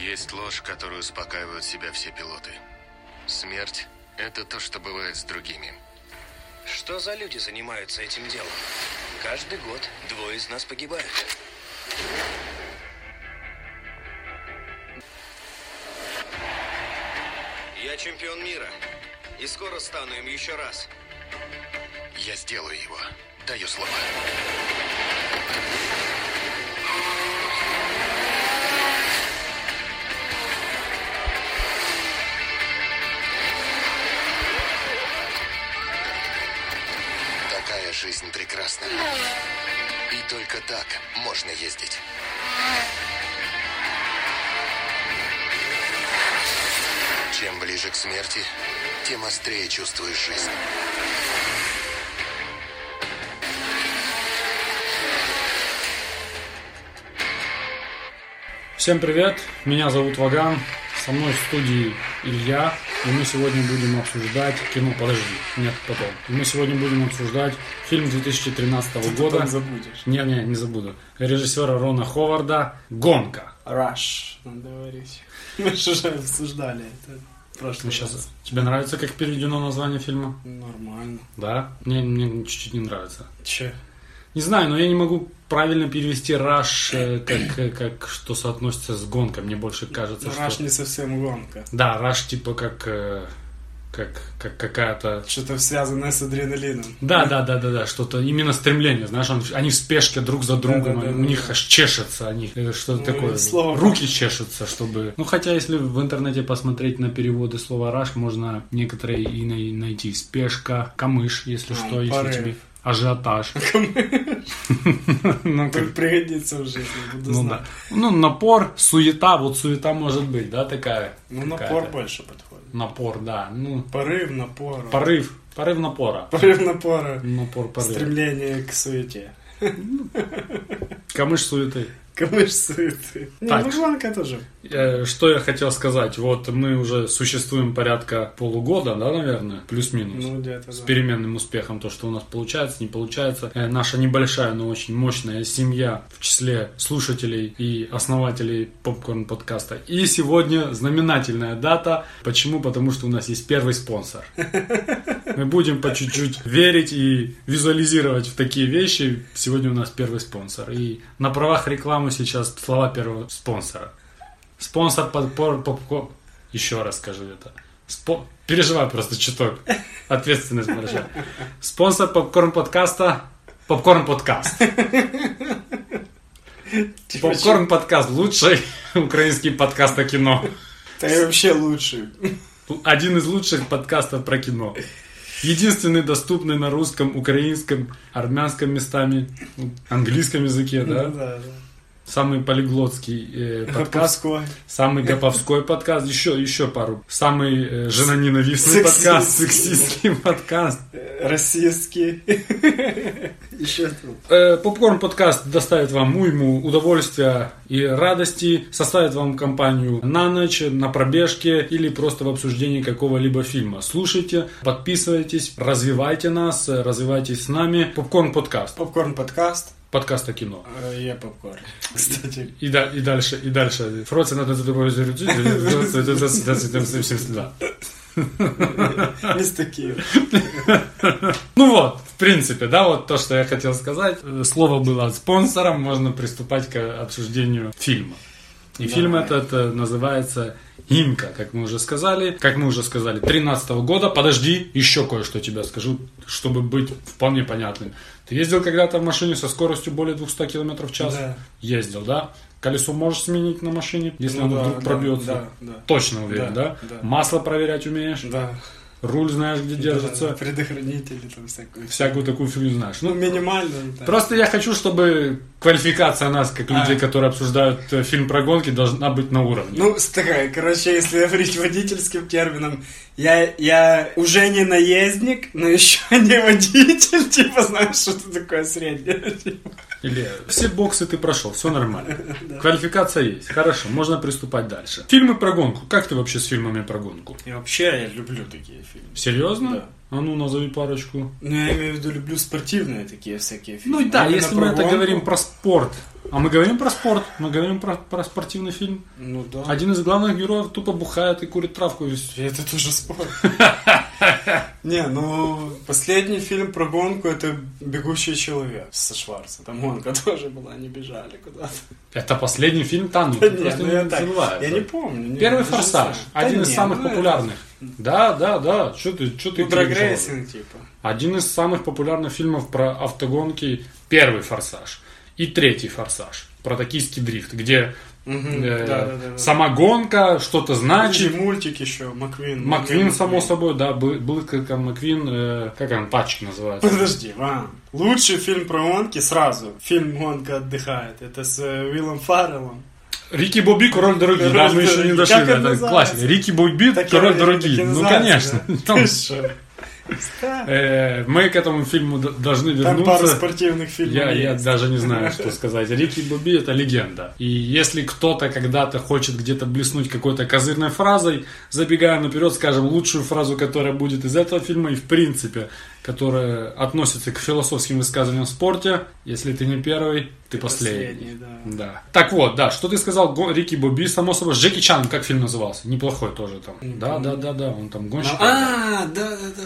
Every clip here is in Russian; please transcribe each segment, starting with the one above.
Есть ложь, которую успокаивают себя все пилоты. Смерть – это то, что бывает с другими. Что за люди занимаются этим делом? Каждый год двое из нас погибают. Я чемпион мира. И скоро стану им еще раз. Я сделаю его. Даю слово. Такая жизнь прекрасна. И только так можно ездить. Чем ближе к смерти, тем острее чувствуешь жизнь. Всем привет, меня зовут Ваган, со мной в студии Илья, и мы сегодня будем обсуждать кино, подожди, нет, потом. И мы сегодня будем обсуждать фильм 2013 года. Потом забудешь. Не, не, не забуду. Режиссера Рона Ховарда «Гонка». Rush, надо говорить. Мы же уже обсуждали это в прошлый Ну, раз. сейчас. Тебе нравится, как переведено название фильма? Нормально. Да? Мне, мне чуть-чуть не нравится. Че? Не знаю, но я не могу правильно перевести «раш», э, как, э, как что соотносится с гонкой. Мне больше кажется, Rush А что... не совсем гонка. Да, «раш» типа как, э, как, как какая-то... Что-то связанное с адреналином. Да, да, да, да, да, что-то именно стремление, знаешь, он- они в спешке друг за другом, Да, да, да, у да, них да. аж чешется, они э, что-то Ну, такое, и слово- руки чешутся, чтобы. Ну хотя, если в интернете посмотреть на переводы слова раш, можно некоторые и най- найти спешка, камыш, если А, что, если порыв. тебе ажиотаж. Ну, как- При- Пригодится в жизни, буду ну да. знать. Ну, напор, суета, вот суета может быть, да, такая. Ну, напор какая-то. больше подходит. Напор, да. Ну, Порыв, напор. порыв, порыв напора. Порыв напора. Напор порыв. Стремление к суете. Камыш суеты. Камыш суеты. Не, Так. ну гонка тоже. Э, Что я хотел сказать, вот мы уже существуем порядка полугода, да, наверное, плюс-минус. Ну, где-то, с да. переменным успехом, то, что у нас получается, не получается. Э, Наша небольшая, но очень мощная семья в числе слушателей и основателей попкорн подкаста. И сегодня знаменательная дата. Почему? Потому что у нас есть первый спонсор. Мы будем по чуть-чуть верить и визуализировать в такие вещи. Сегодня у нас первый спонсор. И на правах рекламы сейчас слова первого спонсора. Спонсор подпор попкорн. Еще раз скажу это. Спо- Переживай просто чуток. Ответственность большая. Спонсор попкорн подкаста. Попкорн подкаст. Типа, Попкорн подкаст лучший украинский подкаст о кино. Ты вообще лучший. Один из лучших подкастов про кино. Единственный доступный на русском, украинском, армянском местами, английском языке, Ну, да? да, Самый полиглотский э, да. подкаст. Попской. Самый гоповской подкаст, еще, еще пару. Самый э, женоненавистный Сексистский. подкаст, сексистский подкаст. Э, Российский. Еще тут. Э, Попкорн подкаст доставит вам уйму удовольствия и радости, составит вам компанию на ночь, на пробежке или просто в обсуждении какого-либо фильма. Слушайте, подписывайтесь, развивайте нас, э, развивайтесь с нами. Попкорн подкаст, Попкорн подкаст. подкаст о кино. Э, Я попкорн. Кстати, И, да, и дальше, и дальше. Фроци надо за тобой развернуть. Да. есть такие. Ну вот, в принципе, да, вот то, что я хотел сказать. Э, Слово было от спонсора, можно приступать к обсуждению фильма. И фильм этот э, называется «Имка», как мы уже сказали. Как мы уже сказали, 13 года. Подожди, еще кое-что тебе скажу, чтобы быть вполне понятным. Ты ездил когда-то в машине со скоростью более 200 км в час? Да. Ездил, да? Колесо можешь сменить на машине, если Ну оно да, вдруг да, пробьется? да, да. Точно уверен, Да, да? да. Масло проверять умеешь? Да. Руль знаешь, где держится? Да, Предохранители там всякую. Всякую такую фигню знаешь. Ну, Ну, минимально. да. Просто я хочу, чтобы квалификация нас, как людей, А. которые обсуждают э, фильм про гонки, должна быть на уровне. Ну, с- такая, короче, если говорить водительским термином, я, я уже не наездник, но еще не водитель, типа, знаешь, что-то такое среднее. типа. Или все боксы ты прошел, все нормально. Квалификация есть. Хорошо, можно приступать дальше. Фильмы про гонку. Как ты вообще с фильмами про гонку? И вообще, я люблю такие фильмы. Серьезно? Да. А ну, назови парочку. Ну, я имею в виду, люблю спортивные такие всякие фильмы. Ну и да, Именно если про мы это гонку. говорим про спорт, А мы говорим про спорт, мы говорим про, про спортивный фильм. Ну да. Один из главных героев тупо бухает и курит травку. И И Это тоже спорт. Не, ну, последний фильм про гонку это «Бегущий человек» со Шварца. Там гонка тоже была, они бежали куда-то. Это последний фильм Тану. Да ты не, просто ну не я так, забывай. я не помню. не, Первый я даже не форсаж. знаю. Да Один из не, самых ну это- популярных. Да, да, да. Что ты, что ты Ну, переживал? прогрессинг, типа. Один из самых популярных фильмов про автогонки первый форсаж и третий форсаж про токийский дрифт, где Мгм, э, да-да-да-да. сама гонка что-то Значит, значит. мультик еще, Маквин. Ну, Маквин, само собой, да, был, был как он, Маквин, э, как он, пачек называется. Подожди, Ван. Лучший фильм про гонки сразу. Фильм «Гонка отдыхает». Это с э, Уиллом Фарреллом. Рики Бобби, король дороги. Да, Король мы еще не дороги. дошли. Как он Это называется? классика. Рики Бобби, Так король и- так и дороги. Ну, называется, конечно. да. Там, Ты что? Старый. э, мы к этому фильму д- должны Там пару вернуться. спортивных фильмов Я, я есть. даже не знаю, что сказать. Рики Бобби это легенда. И если кто-то когда-то хочет где-то блеснуть какой-то козырной фразой, забегая наперед, скажем, лучшую фразу, которая будет из этого фильма и в принципе, которая относится к философским высказываниям в спорте, если ты не первый, ты последний. последний, да. да. Так вот, да, что ты сказал, Го- Рики Бобби, само собой, Джеки Чан, как фильм назывался? Неплохой тоже там. Да, да, да, да, он там гонщик. А, да-да-да.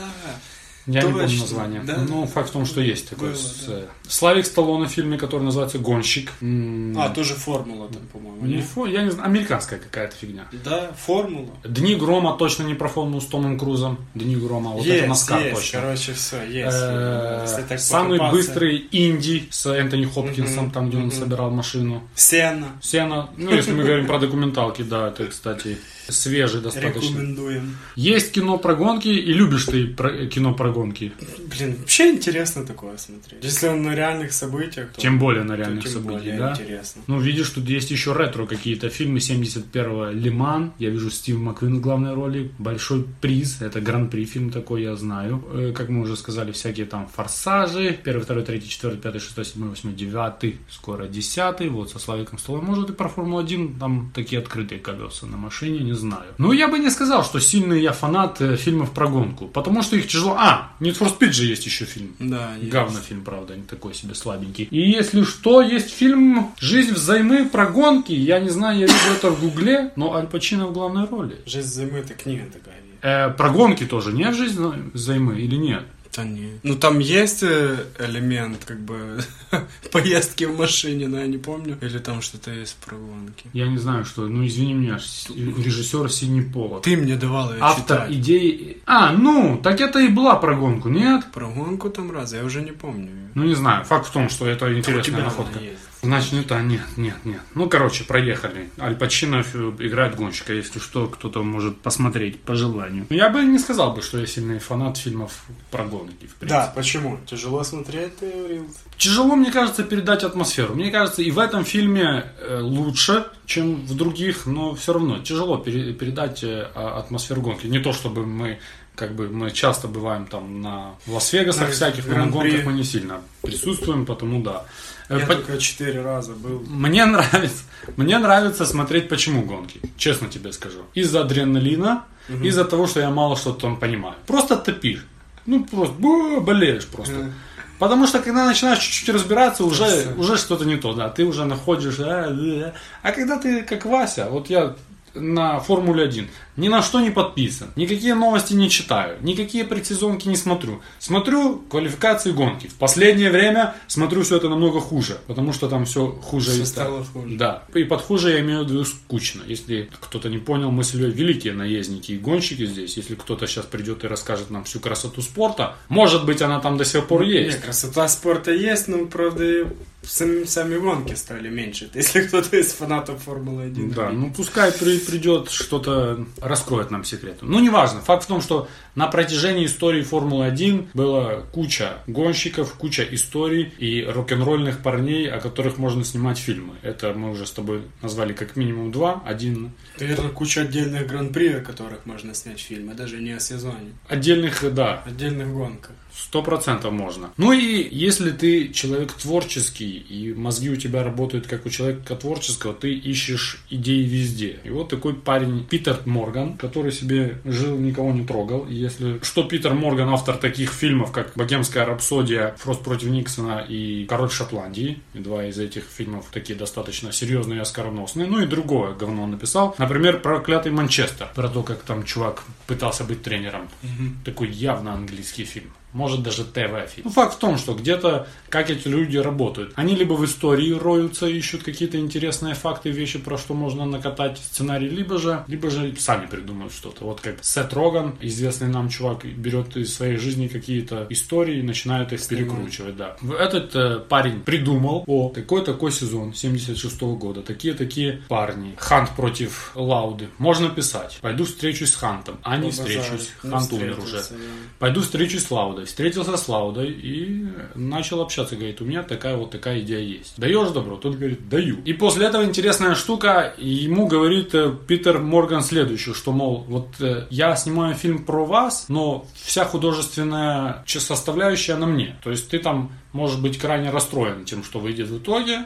Я не помню Точно, название. да. Но факт в том, что есть такой. Было, с- да. э, Славик Сталлоне в фильме, который называется «Гонщик». М, А, тоже формула там, по-моему. не не? фо- я не знаю, американская какая-то фигня. Да, формула. «Дни грома» точно не про формулу с Томом Крузом. «Дни грома», вот это есть, Наскар есть, точно. короче, все, есть. Э, Если так Самый покопаться. быстрый инди с Энтони Хопкинсом, Мгм, там, где он мгм. собирал машину. Сена. Сена, ну, если мы говорим про документалки, да, это, кстати, свежий достаточно. Рекомендуем. Есть кино про гонки, и любишь ты про- э, кино про гонки, Блин, вообще интересно такое смотреть. Если он на реальных событиях, то, тем более на то реальных тем событиях, более да? интересно. Ну, видишь, тут есть еще ретро какие-то фильмы 71-го «Лиман». Я вижу Стив Маквин в главной роли. «Большой приз». Это гран-при фильм такой, я знаю. Э, Как мы уже сказали, всякие там «Форсажи». 1, 2, 3, 4, 5, 6, 7, 8, 9. Скоро 10. Вот со Славиком Столом. Может, и про «Формулу-1». Там такие открытые колеса на машине, не знаю. Ну, я бы не сказал, что сильный я фанат э, фильмов про гонку. Потому что их тяжело... А, «Need for Speed» же есть еще фильм. Да, есть. Говно фильм, правда, не такой себе слабенький. И если что, есть фильм «Жизнь взаймы» про гонки. Я не знаю, я вижу это в гугле, но Аль Пачино в главной роли. Жизнь зимы это книга такая. Э, про гонки тоже, не «Жизнь взаймы» или нет? Да нет. Ну там есть э, элемент, как бы, поездки в машине, но я не помню. Или там что-то есть про гонки. Я не знаю, что. Ну, извини меня, с- режиссер Синий Полок. Ты мне давал ее Автор читать. идеи... А, ну, так это и была про гонку, нет? Про гонку там раз, я уже не помню. её. Ну, не знаю. Факт в том, что это У тебя интересная она находка. есть. Значит, не та, нет, нет, нет. Ну, короче, проехали. Аль Пачино ф- играет гонщика, если что, кто-то может посмотреть по желанию. Но я бы не сказал бы, что я сильный фанат фильмов про гонки, в принципе. Да, почему? Тяжело смотреть, ты говорил. Тяжело, мне кажется, передать атмосферу. Мне кажется, и в этом фильме э, лучше, чем в других, но все равно тяжело пере- передать э, а- атмосферу гонки. Не то, чтобы мы как бы мы часто бываем там на Лас-Вегасах На всяких, но на Гран-при. гонках мы не сильно присутствуем, потому да. Э, Я по- только четыре раза был. Мне нравится, мне нравится смотреть, почему гонки. Честно тебе скажу. Из-за адреналина, из-за того, что я мало что там понимаю. Просто топишь. Ну, просто бу, болеешь просто. Потому что, когда начинаешь чуть-чуть разбираться, уже, уже что-то не то, да. Ты уже находишь... А, да. А когда ты как Вася, вот я на Формуле 1 ни на что не подписан, никакие новости не читаю, никакие предсезонки не смотрю. Смотрю квалификации гонки. В последнее время смотрю все это намного хуже, потому что там все хуже Всё и стало. стало хуже. Да. И под хуже я имею в виду скучно. Если кто-то не понял, мы с Ильей великие наездники и гонщики здесь. Если кто-то сейчас придет и расскажет нам всю красоту спорта, может быть, она там до сих пор есть. Ну, Не, красота спорта есть, но, правда, и сами, сами гонки стали меньше. Если кто-то из фанатов Формулы-1. Да, ну пускай при- придет что-то, раскроет нам секреты. Ну, неважно. Факт в том, что на протяжении истории Формулы-1 было куча гонщиков, куча историй и рок-н-ролльных парней, о которых можно снимать фильмы. Это мы уже с тобой назвали как минимум два. Один Наверное, куча отдельных гран-при, о которых можно снять фильмы, даже не о сезоне. а отдельных, да, Отдельных гонках. Сто процентов можно. Ну и если ты человек творческий и мозги у тебя работают как у человека творческого, ты ищешь идеи везде. И вот такой парень Питер Морган, который себе жил, никого не трогал. И если что Питер Морган автор таких фильмов, как «Богемская рапсодия», «Фрост против Никсона» и «Король Шотландии». И два из этих фильмов такие достаточно серьезные и оскорбносные. Ну и другое говно он написал. Например, «Проклятый Манчестер». Про то, как там чувак пытался быть тренером. Такой явно английский фильм может даже ТВ-фильм. Ну, факт в том, что где-то как эти люди работают. Они либо в истории роются, ищут какие-то интересные факты, вещи, про что можно накатать сценарий, либо же, либо же сами придумают что-то. Вот как Сет Роган, известный нам чувак, берет из своей жизни какие-то истории и начинает их перекручивать, да. Этот э, парень придумал о такой-такой сезон 76 года, такие-такие парни. Хант против Лауды. Можно писать. Пойду встречусь с Хантом. А не встречусь. Хант умер уже. Пойду встречусь с Лаудой. Встретился с Лаудой и начал общаться. Говорит, у меня такая вот такая идея есть. Даешь добро? Тот говорит, даю. И после этого интересная штука. Ему говорит э, Питер Морган следующую, что, мол, вот э, я снимаю фильм про вас, но вся художественная ч- составляющая на мне. То есть ты там можешь быть крайне расстроен тем, что выйдет в итоге,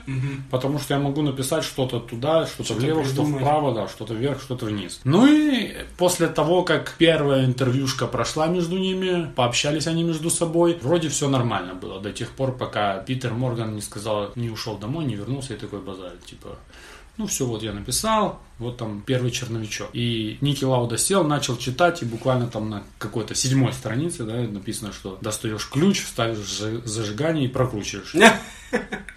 потому что я могу написать что-то туда, что-то, влево, что придумать. вправо вправо, да, что-то вверх, что-то вниз. Ну и после того, как первая интервьюшка прошла между ними, пообщались они между собой, вроде все нормально было до тех пор, пока Питер Морган не сказал, не ушел домой, не вернулся и такой базарит, типа, ну все, вот я написал, вот там первый черновичок. И Ники Лауда сел, начал читать, и буквально там на какой-то седьмой странице, да, написано, что достаешь ключ, вставишь жи- зажигание и прокручиваешь.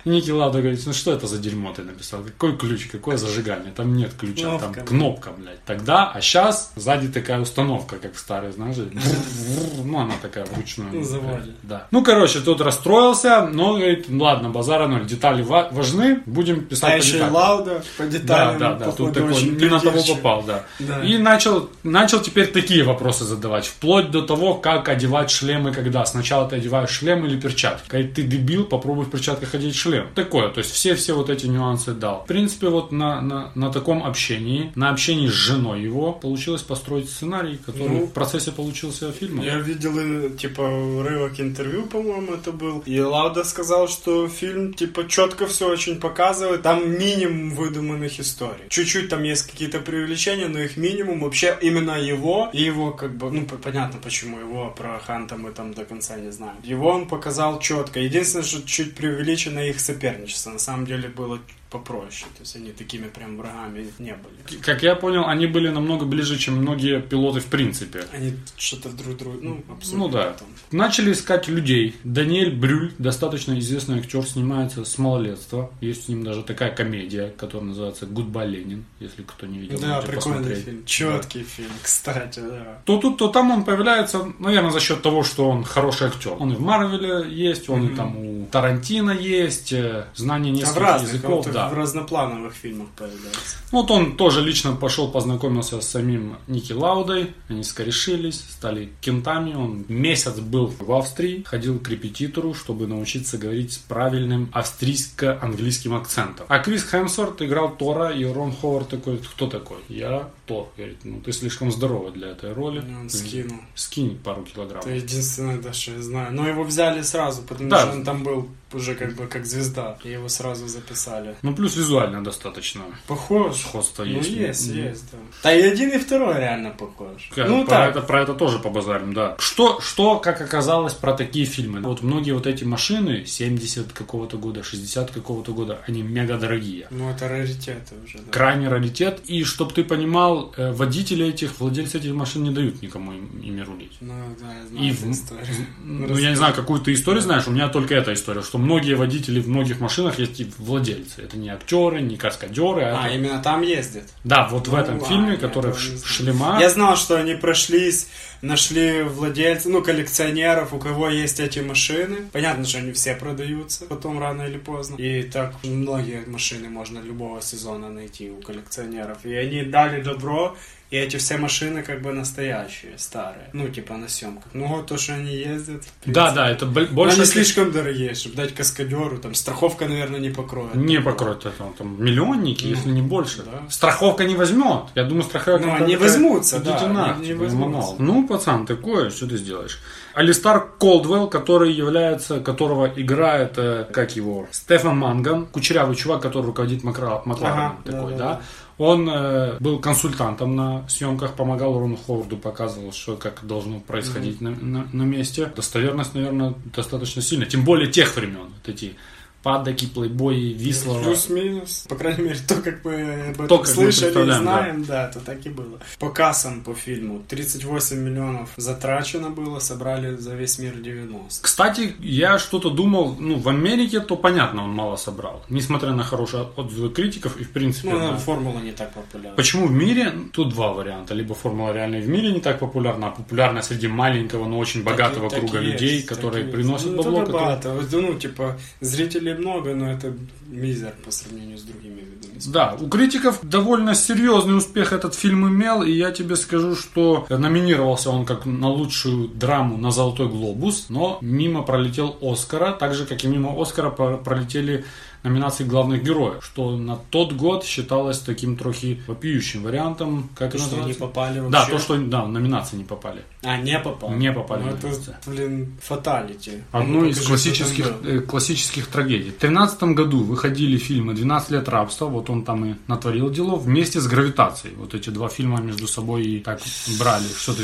Ники Лауда говорит, ну что это за дерьмо ты написал? Какой ключ, какое зажигание? Там нет ключа, Кнопка. там кнопка, блядь. Тогда, а сейчас сзади такая установка, как в старой, знаешь, врррр, ну она такая вручную. Ну, заводит. Да. Ну, короче, тот расстроился, но говорит, ладно, базара ноль, детали ва- важны, будем писать А по еще и деталям. Лауда по Да, деталям. да, да, тут ну, походу, такой очень не на того придирчивый. попал, да. Да. И начал, начал теперь такие вопросы задавать, вплоть до того, как одевать шлемы, когда сначала ты одеваешь шлем или перчатки. Говорит, ты дебил, попробуй в перчатках одеть шлем. Такое, то есть все-все вот эти нюансы дал. В принципе, вот на, на, на таком общении, на общении с женой его, получилось построить сценарий, который Ну. в процессе получился фильма. Я видел, э, типа, урывок интервью, по-моему, это был. И Лауда сказал, что фильм, типа, четко все очень показывает. Там минимум выдуманных историй. Чуть-чуть там есть какие-то привлечения, но их минимум. Вообще, именно его и его, как бы, ну, по- понятно, почему его, а про Ханта мы там до конца не знаем. Его он показал четко. Единственное, что чуть преувеличено их соперничество. На самом деле было попроще. То есть они такими прям врагами не были. Как я понял, они были намного ближе, чем многие пилоты в принципе. Они что-то друг друга, ну, абсолютно Ну да. там. Начали искать людей. Даниэль Брюль, достаточно известный актер, снимается с малолетства. Есть с ним даже такая комедия, которая называется «Гудбай, Ленин», если кто не видел. Да, можете прикольный посмотреть. фильм. Да. Четкий фильм, кстати, да. То тут, то там он появляется, наверное, за счет того, что он хороший актер. Он и в Марвеле есть, он и там у Тарантино есть, э, знание А в нескольких разных, языков. вот да. в разноплановых фильмах появляется. Вот он тоже лично пошел познакомился с самим Ники Лаудой. Они скорешились, стали кентами. Он месяц был в Австрии, ходил к репетитору, чтобы научиться говорить с правильным австрийско-английским акцентом. А Крис Хемсворт играл Тора, и Рон Ховард такой, кто такой? Я Тор. Говорит, ну ты слишком здоровый для этой роли. Ну, Он скинул. Скинь пару килограммов. Это единственное, да, что я знаю. Но его взяли сразу, потому Да. что он там был уже как бы как звезда. И его сразу записали. Ну плюс визуально достаточно Похож? сходство Ну, есть. есть, есть, Мгм. да. Да и один, и второй реально похож. Как- ну, про, так. это, про это тоже побазарим, да. Что, что, как оказалось, про такие фильмы? Вот многие вот эти машины 70 какого-то года, 60 какого-то года, они мега дорогие. Ну, это раритеты уже, да. Крайний раритет. И чтобы ты понимал, э, водители этих, владельцы этих машин не дают никому им- ими рулить. Ну, да, я И знаю в- эту историю. Ну, я не знаю, какую ты историю знаешь, у меня только эта история, что многие водители в многих машинах есть и владельцы. Это не актеры, не каскадеры, а, А, это- именно там ездит. Да, вот в Ну, этом ладно, фильме, я который в этого не ш- знаю. шлема... Я знал, что они прошлись, нашли владельцев, ну, коллекционеров, у кого есть эти машины. Понятно, что они все продаются потом рано или поздно. И так многие машины можно любого сезона найти у коллекционеров. И они дали добро, и эти все машины как бы настоящие, старые. Ну, типа на съемках. Ну, вот то, что они ездят. в Да, принципе. да, это б- Но больше... они слишком дорогие, чтобы дать сказать каскадеру, там страховка, наверное, не покроет. Не покроют это, там миллионники, если не больше. да. Страховка не возьмет. Я думаю, страховка... Ну, как-то они такая, возьмутся, да, «Идите они- нах, они типа, возьмутся». мамал». Ну, пацан, такое, что ты сделаешь? Алистар Колдвелл, который является, которого играет, э, как его, Стефан Манган, кучерявый чувак, который руководит Макра- Маклареном Ага, такой, да, да-да-да. Он э, был консультантом на съемках, помогал Рону Ховарду, показывал, что как должно происходить на, на- на месте. Достоверность, наверное, достаточно сильная. Тем более тех времен. Вот эти падоки, плейбои, вислова. Плюс-минус. По крайней мере, то, как мы об этом То, как мы слышали и представляем, знаем, да. то так и было. По кассам по фильму 38 миллионов затрачено было, собрали за весь мир 90. Кстати, я что-то думал, ну, в Америке, то понятно, он мало собрал. Несмотря на хорошие отзывы критиков и, в принципе, Ну, на- формула не так популярна. Почему в мире? Ну, Тут два варианта. Либо формула реальной в мире не так популярна, а популярна среди маленького, но очень богатого Так и- так круга и есть, людей, так которые и есть. приносят ну, бабло. это которые- богато. Ну, типа, зрителей много, но это мизер по сравнению с другими видами. Да, у критиков довольно серьезный успех этот фильм имел, и я тебе скажу, что номинировался он как на лучшую драму на «Золотой глобус», но мимо пролетел Оскара, так же, как и мимо Оскара про- пролетели номинации главных героев, что на тот год считалось таким трохи вопиющим вариантом, как То, это что не называется? попали вообще. Да, то, что да, в номинации не попали. А, не попали. Не попали. Ну, это, блин, фаталити. Одну Ну, из покажи, классических, что там было. э, классических трагедий. В 2013 году выходили фильмы «12 лет рабства», вот он там и натворил дело, вместе с «Гравитацией». Вот эти два фильма между собой и так брали. Что ты,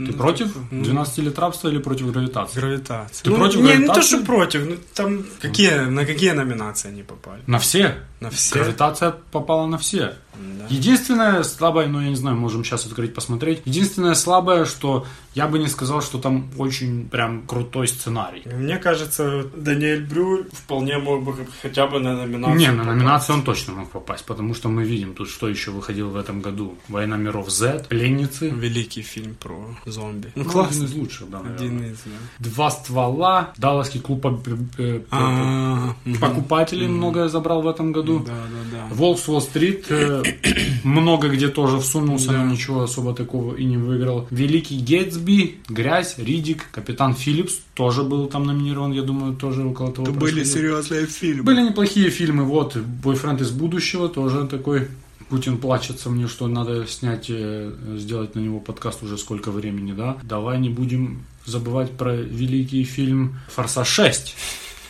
ты Ну, против типа, ну. 12 лет рабства» или против «Гравитации»? Гравитация. Ты ну, против не, не гравитации? то, что против. Ну, там какие, на какие номинации они попали? На все. На все? «Гравитация» попала на все. Да. Единственное слабое, ну я не знаю, можем сейчас открыть, посмотреть. Единственное слабое, что я бы не сказал, что там очень прям крутой сценарий. Мне кажется, Даниэль Брюль вполне мог бы хотя бы на номинацию. Не, на а попасть. номинацию он точно мог попасть, потому что мы видим тут, что еще выходил в этом году. «Война миров Z», «Пленницы». Ну, Великий фильм про зомби. Ну, Ну, классно. Один из лучших, да, наверное. Один из, да. «Два ствола», «Далласский клуб поб- э, э, А, мгм. покупателей» многое забрал в этом году. Да, да, да. «Волк с Уолл-стрит» э, много где тоже всунулся, Да. но ничего особо такого и не выиграл. «Великий Гетсби», «Грязь», «Ридик», «Капитан Филлипс» тоже был там номинирован, я думаю, тоже около того происходило. серьезные фильмы. Были неплохие фильмы, вот «Бойфренд из будущего», тоже такой Путин плачется мне, что надо снять, э, сделать на него подкаст уже сколько времени, да? Давай не будем забывать про великий фильм «Форсаж 6»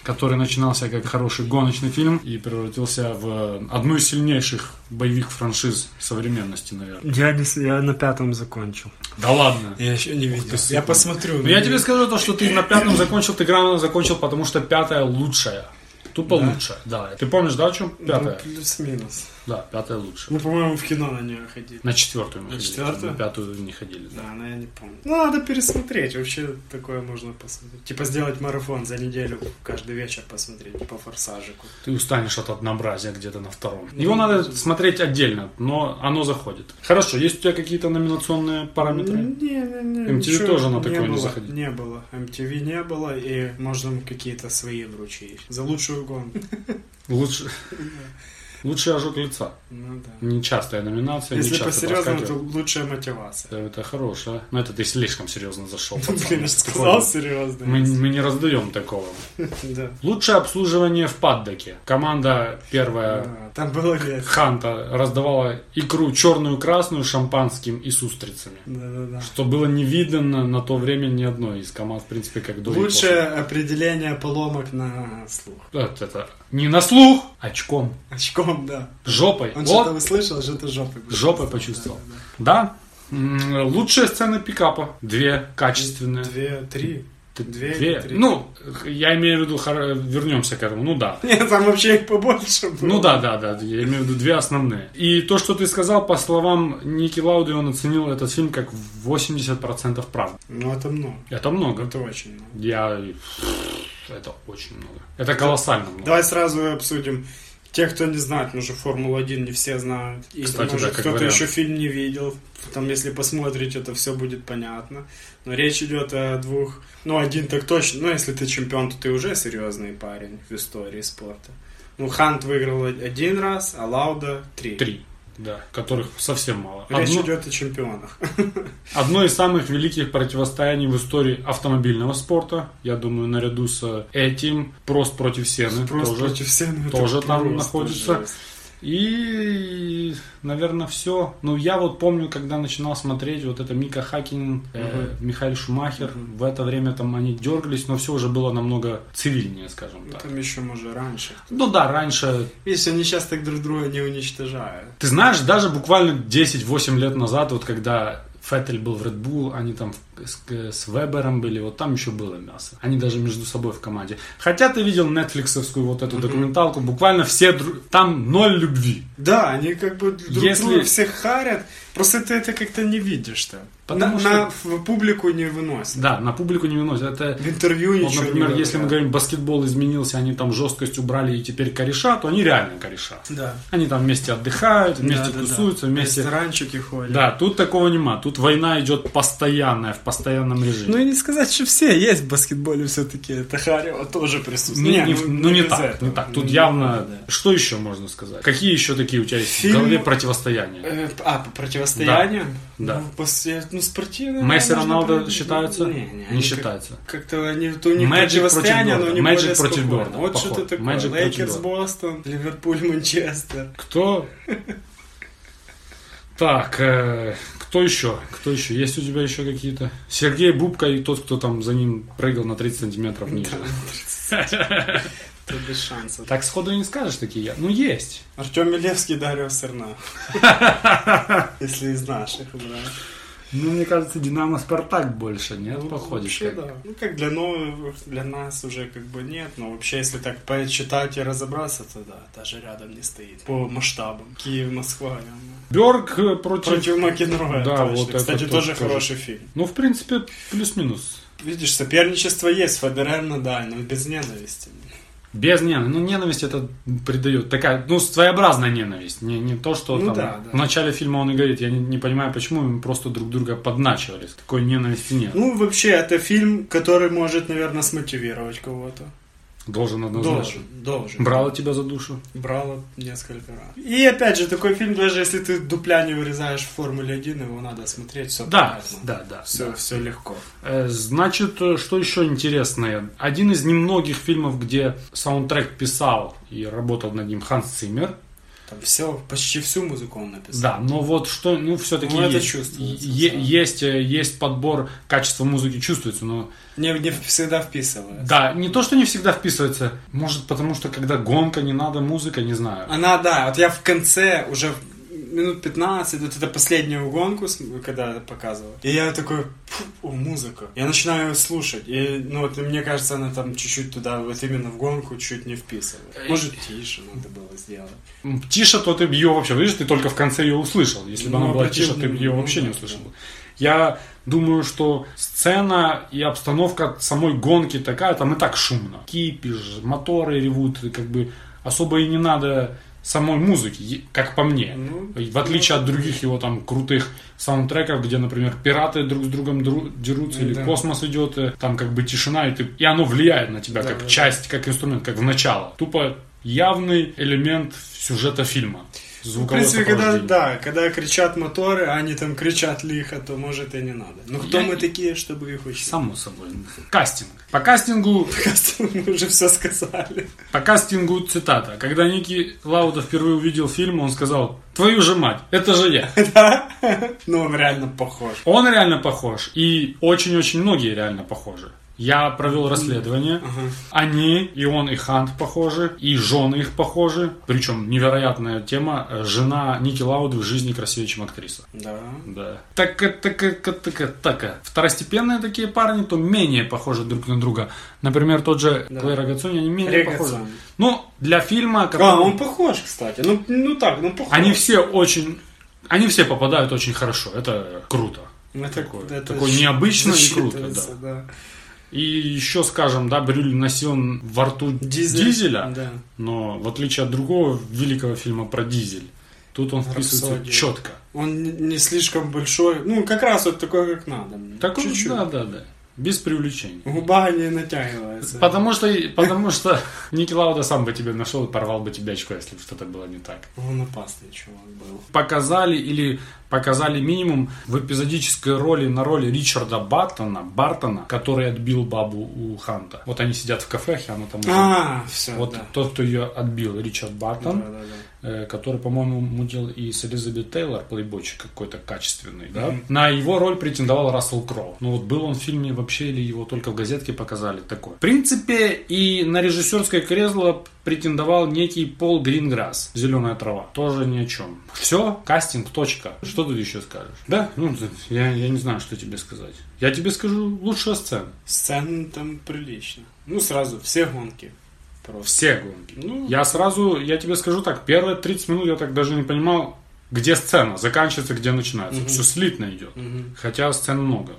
который начинался как хороший гоночный фильм и превратился в одну из сильнейших боевых франшиз современности, наверное. Я, не с- я на пятом закончил. Да ладно. Я еще не видел. сыпь. Я посмотрю. Ну, я тебе скажу то, что ты на пятом закончил, ты грамотно закончил, потому что пятая лучшая. Тупо лучшая, да. Ты помнишь, да, о чем? Ну, Пятая. плюс-минус. Да, пятая лучшая. Ну, по-моему, в кино на нее ходили. На четвертую мы На ходили, четвертую? На пятую не ходили. да. Да, но я не помню. Ну, надо пересмотреть. Вообще такое можно посмотреть. Типа сделать марафон за неделю, каждый вечер посмотреть по форсажику. Ты устанешь от однообразия где-то на втором. Ну, Его надо смотреть отдельно, но оно заходит. Хорошо, есть у тебя какие-то номинационные параметры? Не, не, не. MTV ничего тоже на такое не было, заходить. Не было. MTV не было, и можно какие-то свои вручить. За лучшую гонку. Лучше... Лучший ожог лица. Ну да. Нечастая номинация, Если нечасто по-серьезному, то проскакивает. лучшая мотивация. Да, Это хорошая. Но это ты слишком серьезно зашел. Ну, пацан. блин, я же сказал серьезно. Мы, мы не раздаем такого. Да. Лучшее обслуживание в паддоке. Команда первая Да, Там было лето. Ханта раздавала икру черную, красную, шампанским и с устрицами. Да-да-да. Что было не видно на то время ни одной из команд, в принципе, как до и Лучшее определение поломок на слух. после. Вот это. Не на слух, очком, Очком, да. жопой. Он вот, что-то услышал, что-то жопой. жопой почувствовал. Да. М, Лучшие сцены пикапа. Две качественные. Две, три. Т- две или три? Ну, я имею в виду, хор- вернемся к этому. Ну да. Нет, там вообще их побольше было. Ну да, да, да, я имею в виду две основные. И то, что ты сказал, по словам Ники Лауды, он оценил этот фильм как 80% правды. Ну это много. Это много. Это очень много. Я... Это очень много. Это колоссально много. Давай сразу обсудим. Те, кто не знает, ну же Формулу-1 не все знают. И, Кстати, может, да, как кто-то вариант. еще фильм не видел. Там, если посмотрите, это все будет понятно. Но речь идет о двух... Ну, один так точно. Ну, если ты чемпион, то ты уже серьезный парень в истории спорта. Ну, Хант выиграл один раз, а Лауда — три. Три. да, которых совсем мало. Речь Одно- идет о чемпионах. Одно из самых великих противостояний в истории автомобильного спорта, я думаю, наряду с э, этим, Прост против Сены. Ну, Просто тоже. против Сены. это тоже там просто находится. жесть. И, наверное, все. Ну, я вот помню, когда начинал смотреть, вот это Мика Хакин, э, Михаил Шумахер, в это время там они дергались, но все уже было намного цивильнее, скажем Ну, так. Там еще, может, раньше. Ну да, раньше Видишь, они сейчас так друг друга не уничтожают. Ты знаешь, даже буквально 10-8 лет назад, вот когда Феттель был в Red Bull, они там в- с, с Вебером были, вот там еще было мясо. Они даже между собой в команде. Хотя ты видел нетфликсовскую вот эту документалку, буквально все, дру- там ноль любви. Да, они как бы друг Если- друга всех харят, просто ты это как-то не видишь там. Потому на, что- на- в публику не выносят. Да, на публику не выносит. Это, В интервью вот, ничего например, не если мы говорят. говорим, баскетбол изменился, они там жесткость убрали и теперь кореша, то они реально кореша. Да. Они там вместе отдыхают, вместе Да, да, да. тусуются, вместе... Ресторанчики ходят. Да, тут такого нема. Тут война идет постоянная, в постоянном режиме. Ну и не сказать, что все есть в баскетболе все-таки. Это Харева тоже Ну, присутствует. не, ну, не без так, этого. не так. Тут Ну, явно... да. Что еще можно сказать? Какие еще такие у тебя есть Фильм- в голове противостояния? Э, А, по противостоянию? Да. Да. Ну, после- ну, спортивное. Месси наверное, Роналдо можно считаются? проводить. Не, не, Не они считаются. как- Как-то они, то у них Magic противостояние, против но Борда. не Magic против более спокойно. Борда, Вот похоже. что-то такое. Magic против Лейкерс, Борда. Бостон, Ливерпуль, Манчестер. Кто? Так, э, кто еще? Кто еще? Есть у тебя еще какие-то? Сергей Бубка и тот, кто там за ним прыгал на 30 сантиметров ниже. Тут без шансов. Так сходу и не скажешь такие. я- Ну, есть. Артем Милевский, Дарьо Серна. Если из наших, да. Ну, мне кажется, Динамо Спартак больше, нет? Ну, Походишь вообще, как? да. Ну, как для новых, для нас уже как бы нет, но вообще, если так почитать и разобраться, то да, даже рядом не стоит. По масштабам. Киев, Москва. я Берг э, против... думаю. Против Макенроя, Да, точно. вот это Кстати, тут тоже тоже. хороший фильм. Ну, в принципе, плюс-минус. Видишь, соперничество есть, Федерер Надаль, но без ненависти. Без ненависти. Ну, ненависть это придает. Такая, ну, своеобразная ненависть. Не, не то, что Ну там да, да. в начале фильма он и говорит. Я не, не понимаю, почему мы просто друг друга подначивались. Такой ненависти нет. Ну, вообще, это фильм, который может, наверное, смотивировать кого-то. Должен однозначно. Должен, должен. Брала тебя за душу. Брало несколько раз. И опять же, такой фильм, даже если ты дупля не вырезаешь в Формуле 1, его надо смотреть, все Да, да, да. Все, да. все легко. Э, Значит, э, что еще интересное? Один из немногих фильмов, где саундтрек писал и работал над ним Ханс Циммер. Там все, почти всю музыку он написал. Да, но вот что, ну, все-таки Ну, это есть, чувствуется, Е- да. есть, э, есть подбор, качество музыки чувствуется, но Не, не всегда вписывает. Да, не то, что не всегда вписывается. Может, потому что когда гонка, не надо музыка, не знаю. Она, да, вот я в конце уже в минут 15, вот это последнюю гонку, см- когда показывал. И я такой, «Фу, о, музыка. Я начинаю её слушать. И, ну, вот, мне кажется, она там чуть-чуть туда, вот именно в гонку, чуть не вписывает. Может, тише надо было сделать. М, Тише, то ты ее вообще, видишь, ты только в конце ее услышал. Если бы Ну, она была обратил тише, ты бы ее внимание, вообще не да, услышал. бы. Я думаю, что сцена и обстановка самой гонки такая, там и так шумно. Кипиш, моторы ревут, и как бы особо и не надо самой музыки, е- как по мне. Ну, И в отличие от других его там крутых саундтреков, где, например, пираты друг с другом дру- дерутся, или Да. космос идет, э, там как бы тишина, и, ты, и оно влияет на тебя Да, как да, да. часть, как инструмент, как в начало. Тупо явный элемент сюжета фильма. В Звуковое принципе, когда, сопровождение. да, когда кричат моторы, а они там кричат лихо, то может и не надо. Но кто Я- мы такие, чтобы их учить? Само собой. ну, Кастинг. По кастингу Кажется, мы уже все сказали. По кастингу цитата. Когда Ники Лауда впервые увидел фильм, он сказал, твою же мать, это же я. Но Ну, он реально похож. Он реально похож, и очень-очень многие реально похожи. Я провел расследование. Они, и он, и Хант похожи, и жены их похожи. Причем невероятная тема. э, Жена Ники Лауды в жизни красивее, чем актриса. Да. Да. Так, так, так, так, так. Второстепенные такие парни, то менее похожи друг на друга. Например, тот же Да. Клэр Рогацони, они менее Рогацони. похожи. Ну, для фильма... А, который- он похож, кстати. Ну, ну так, ну похож. Они все очень... Они все попадают очень хорошо. Это круто. Ну, это- такой- это такой щ- необычный и круто, засчитывается, да. И еще, скажем, да, Брюль носил во рту Дизель, дизеля, да. но в отличие от другого великого фильма про дизель, тут он вписывается Рапсодия. четко. Он не- не слишком большой. Ну, как раз вот такой, как надо. Так он, Чуть-чуть. да, да, да. Без привлечений. Губа не натягивается. Потому что, потому что Ники Лауда сам бы тебе нашел и порвал бы тебе очко, если бы что-то было не так. Он опасный чувак был. показали или показали минимум в эпизодической роли на роли Ричарда Бартона, Бартона, который отбил бабу у Ханта. Вот они сидят в кафе, а она там... уже- А, все, вот да. тот, кто ее отбил, Ричард Да, Бартон, да, да. э, который, по-моему, мутил и с Элизабет Тейлор, плейбочек какой-то качественный, да? На его роль претендовал Рассел Кроу. Ну вот был он в фильме вообще или его только в газетке показали такой. В принципе, и на режиссерское кресло претендовал некий Пол Гринграсс, «Зеленая трава». Тоже ни о чем. Все, кастинг, точка. Что тут еще скажешь? Да? Ну, я, я не знаю, что тебе сказать. Я тебе скажу лучшая сцена. Сцены там прилично. Ну, сразу, все гонки. Просто. Все гонки. Ну, Я сразу, я тебе скажу так, первые 30 минут я так даже не понимал, где сцена, заканчивается, где начинается. Все слитно идет. Мгм. Хотя сцен много.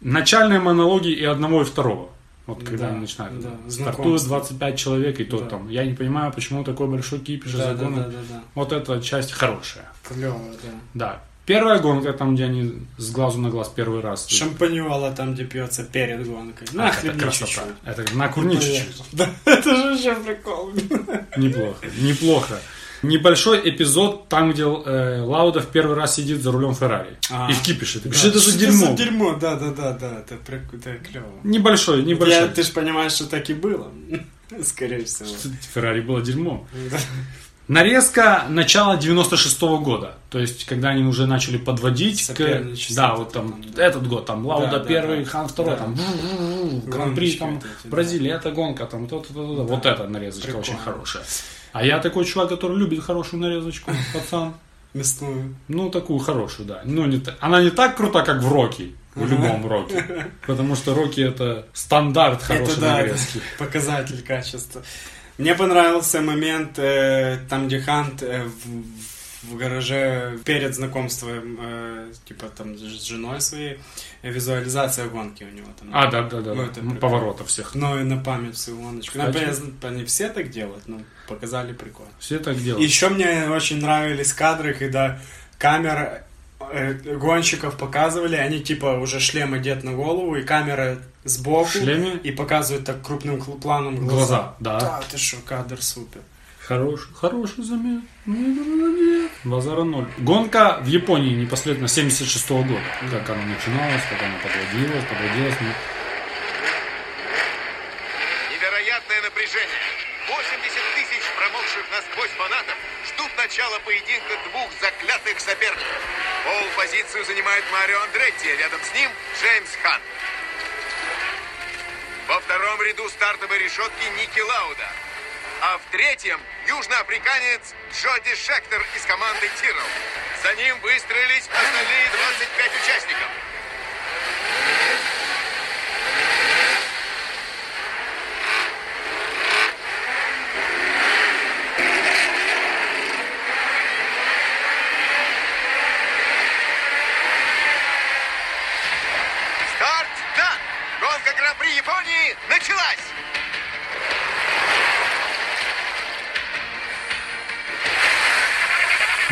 Начальные монологи и одного, и второго. Вот когда Да, они начинают. да, Стартуют знакомство. 25 человек, и то Да. там. Я не понимаю, почему такой большой кипиш из-за да, да, гонок. да, да, да. Вот эта часть хорошая. Клево, да. Да. Первая гонка, там, где они с глазу на глаз первый раз. Шампанюала там, где пьется перед гонкой. Ах, На, это хлебни красота. чуть-чуть. Это на курни чуть-чуть. Да, это же вообще прикол. Неплохо, неплохо. Небольшой эпизод там, где э, Лауда в первый раз сидит за рулем Феррари. А. И в кипише. Ты говоришь, Да, это же что дерьмо. за дерьмо, да, да, да, да, это прик- это клево. Небольшой, Я- небольшой. Ты же понимаешь, что так и было. Скорее всего. Феррари было дерьмо. Да. Нарезка начала 96 года. То есть, когда они уже начали подводить к... Соперничество Да, это вот там, там, да. этот год, там, Лауда Да, да, первый, да. Хан второй, Да. там, ву-ву-ву, Гран-при, Гоночки там, вот эти, да. Бразилия, это гонка, там, то-то-то-то. Вот эта нарезочка Прикольно. очень хорошая. А я такой чувак, который любит хорошую нарезочку, пацан. Мясную. Ну, такую хорошую, да. Но не та- Она не так крута, как в Роки. В любом Роки. Потому что Роки это стандарт хорошей это да, нарезки. это показатель качества. Мне понравился момент, э, там, где Хант э, в, в гараже перед знакомством, э, типа там с с женой своей, э, визуализация гонки у него там. А, да, да, да. Ну, да. это Ну, прикольно. поворота всех. Но и на память всю гоночку. Ну, Кстати. понятно, Они все так делают, но показали прикольно. Все так делают. Еще мне очень нравились кадры, когда камера э, гонщиков показывали, они типа уже шлем одет на голову, и камера сбоку, В шлеме? и показывают так крупным кл- планом глаза. Глаза, да. Да, ты что, кадр супер. Хороший, хороший замер. Базара ноль. Гонка в Японии непосредственно 76 года. Как она начиналась, как она подводилась, подводилась. ну, Невероятное напряжение. 80 тысяч промокших насквозь фанатов ждут начала поединка двух заклятых соперников. Пол позицию занимает Марио Андретти, а рядом с ним Джеймс Хан. Во втором ряду стартовой решетки Ники Лауда. А в третьем южноафриканец Джоди Шектор из команды Тирол. За ним выстроились остальные 25 участников. Старт дан! Гонка Гран-при Японии началась!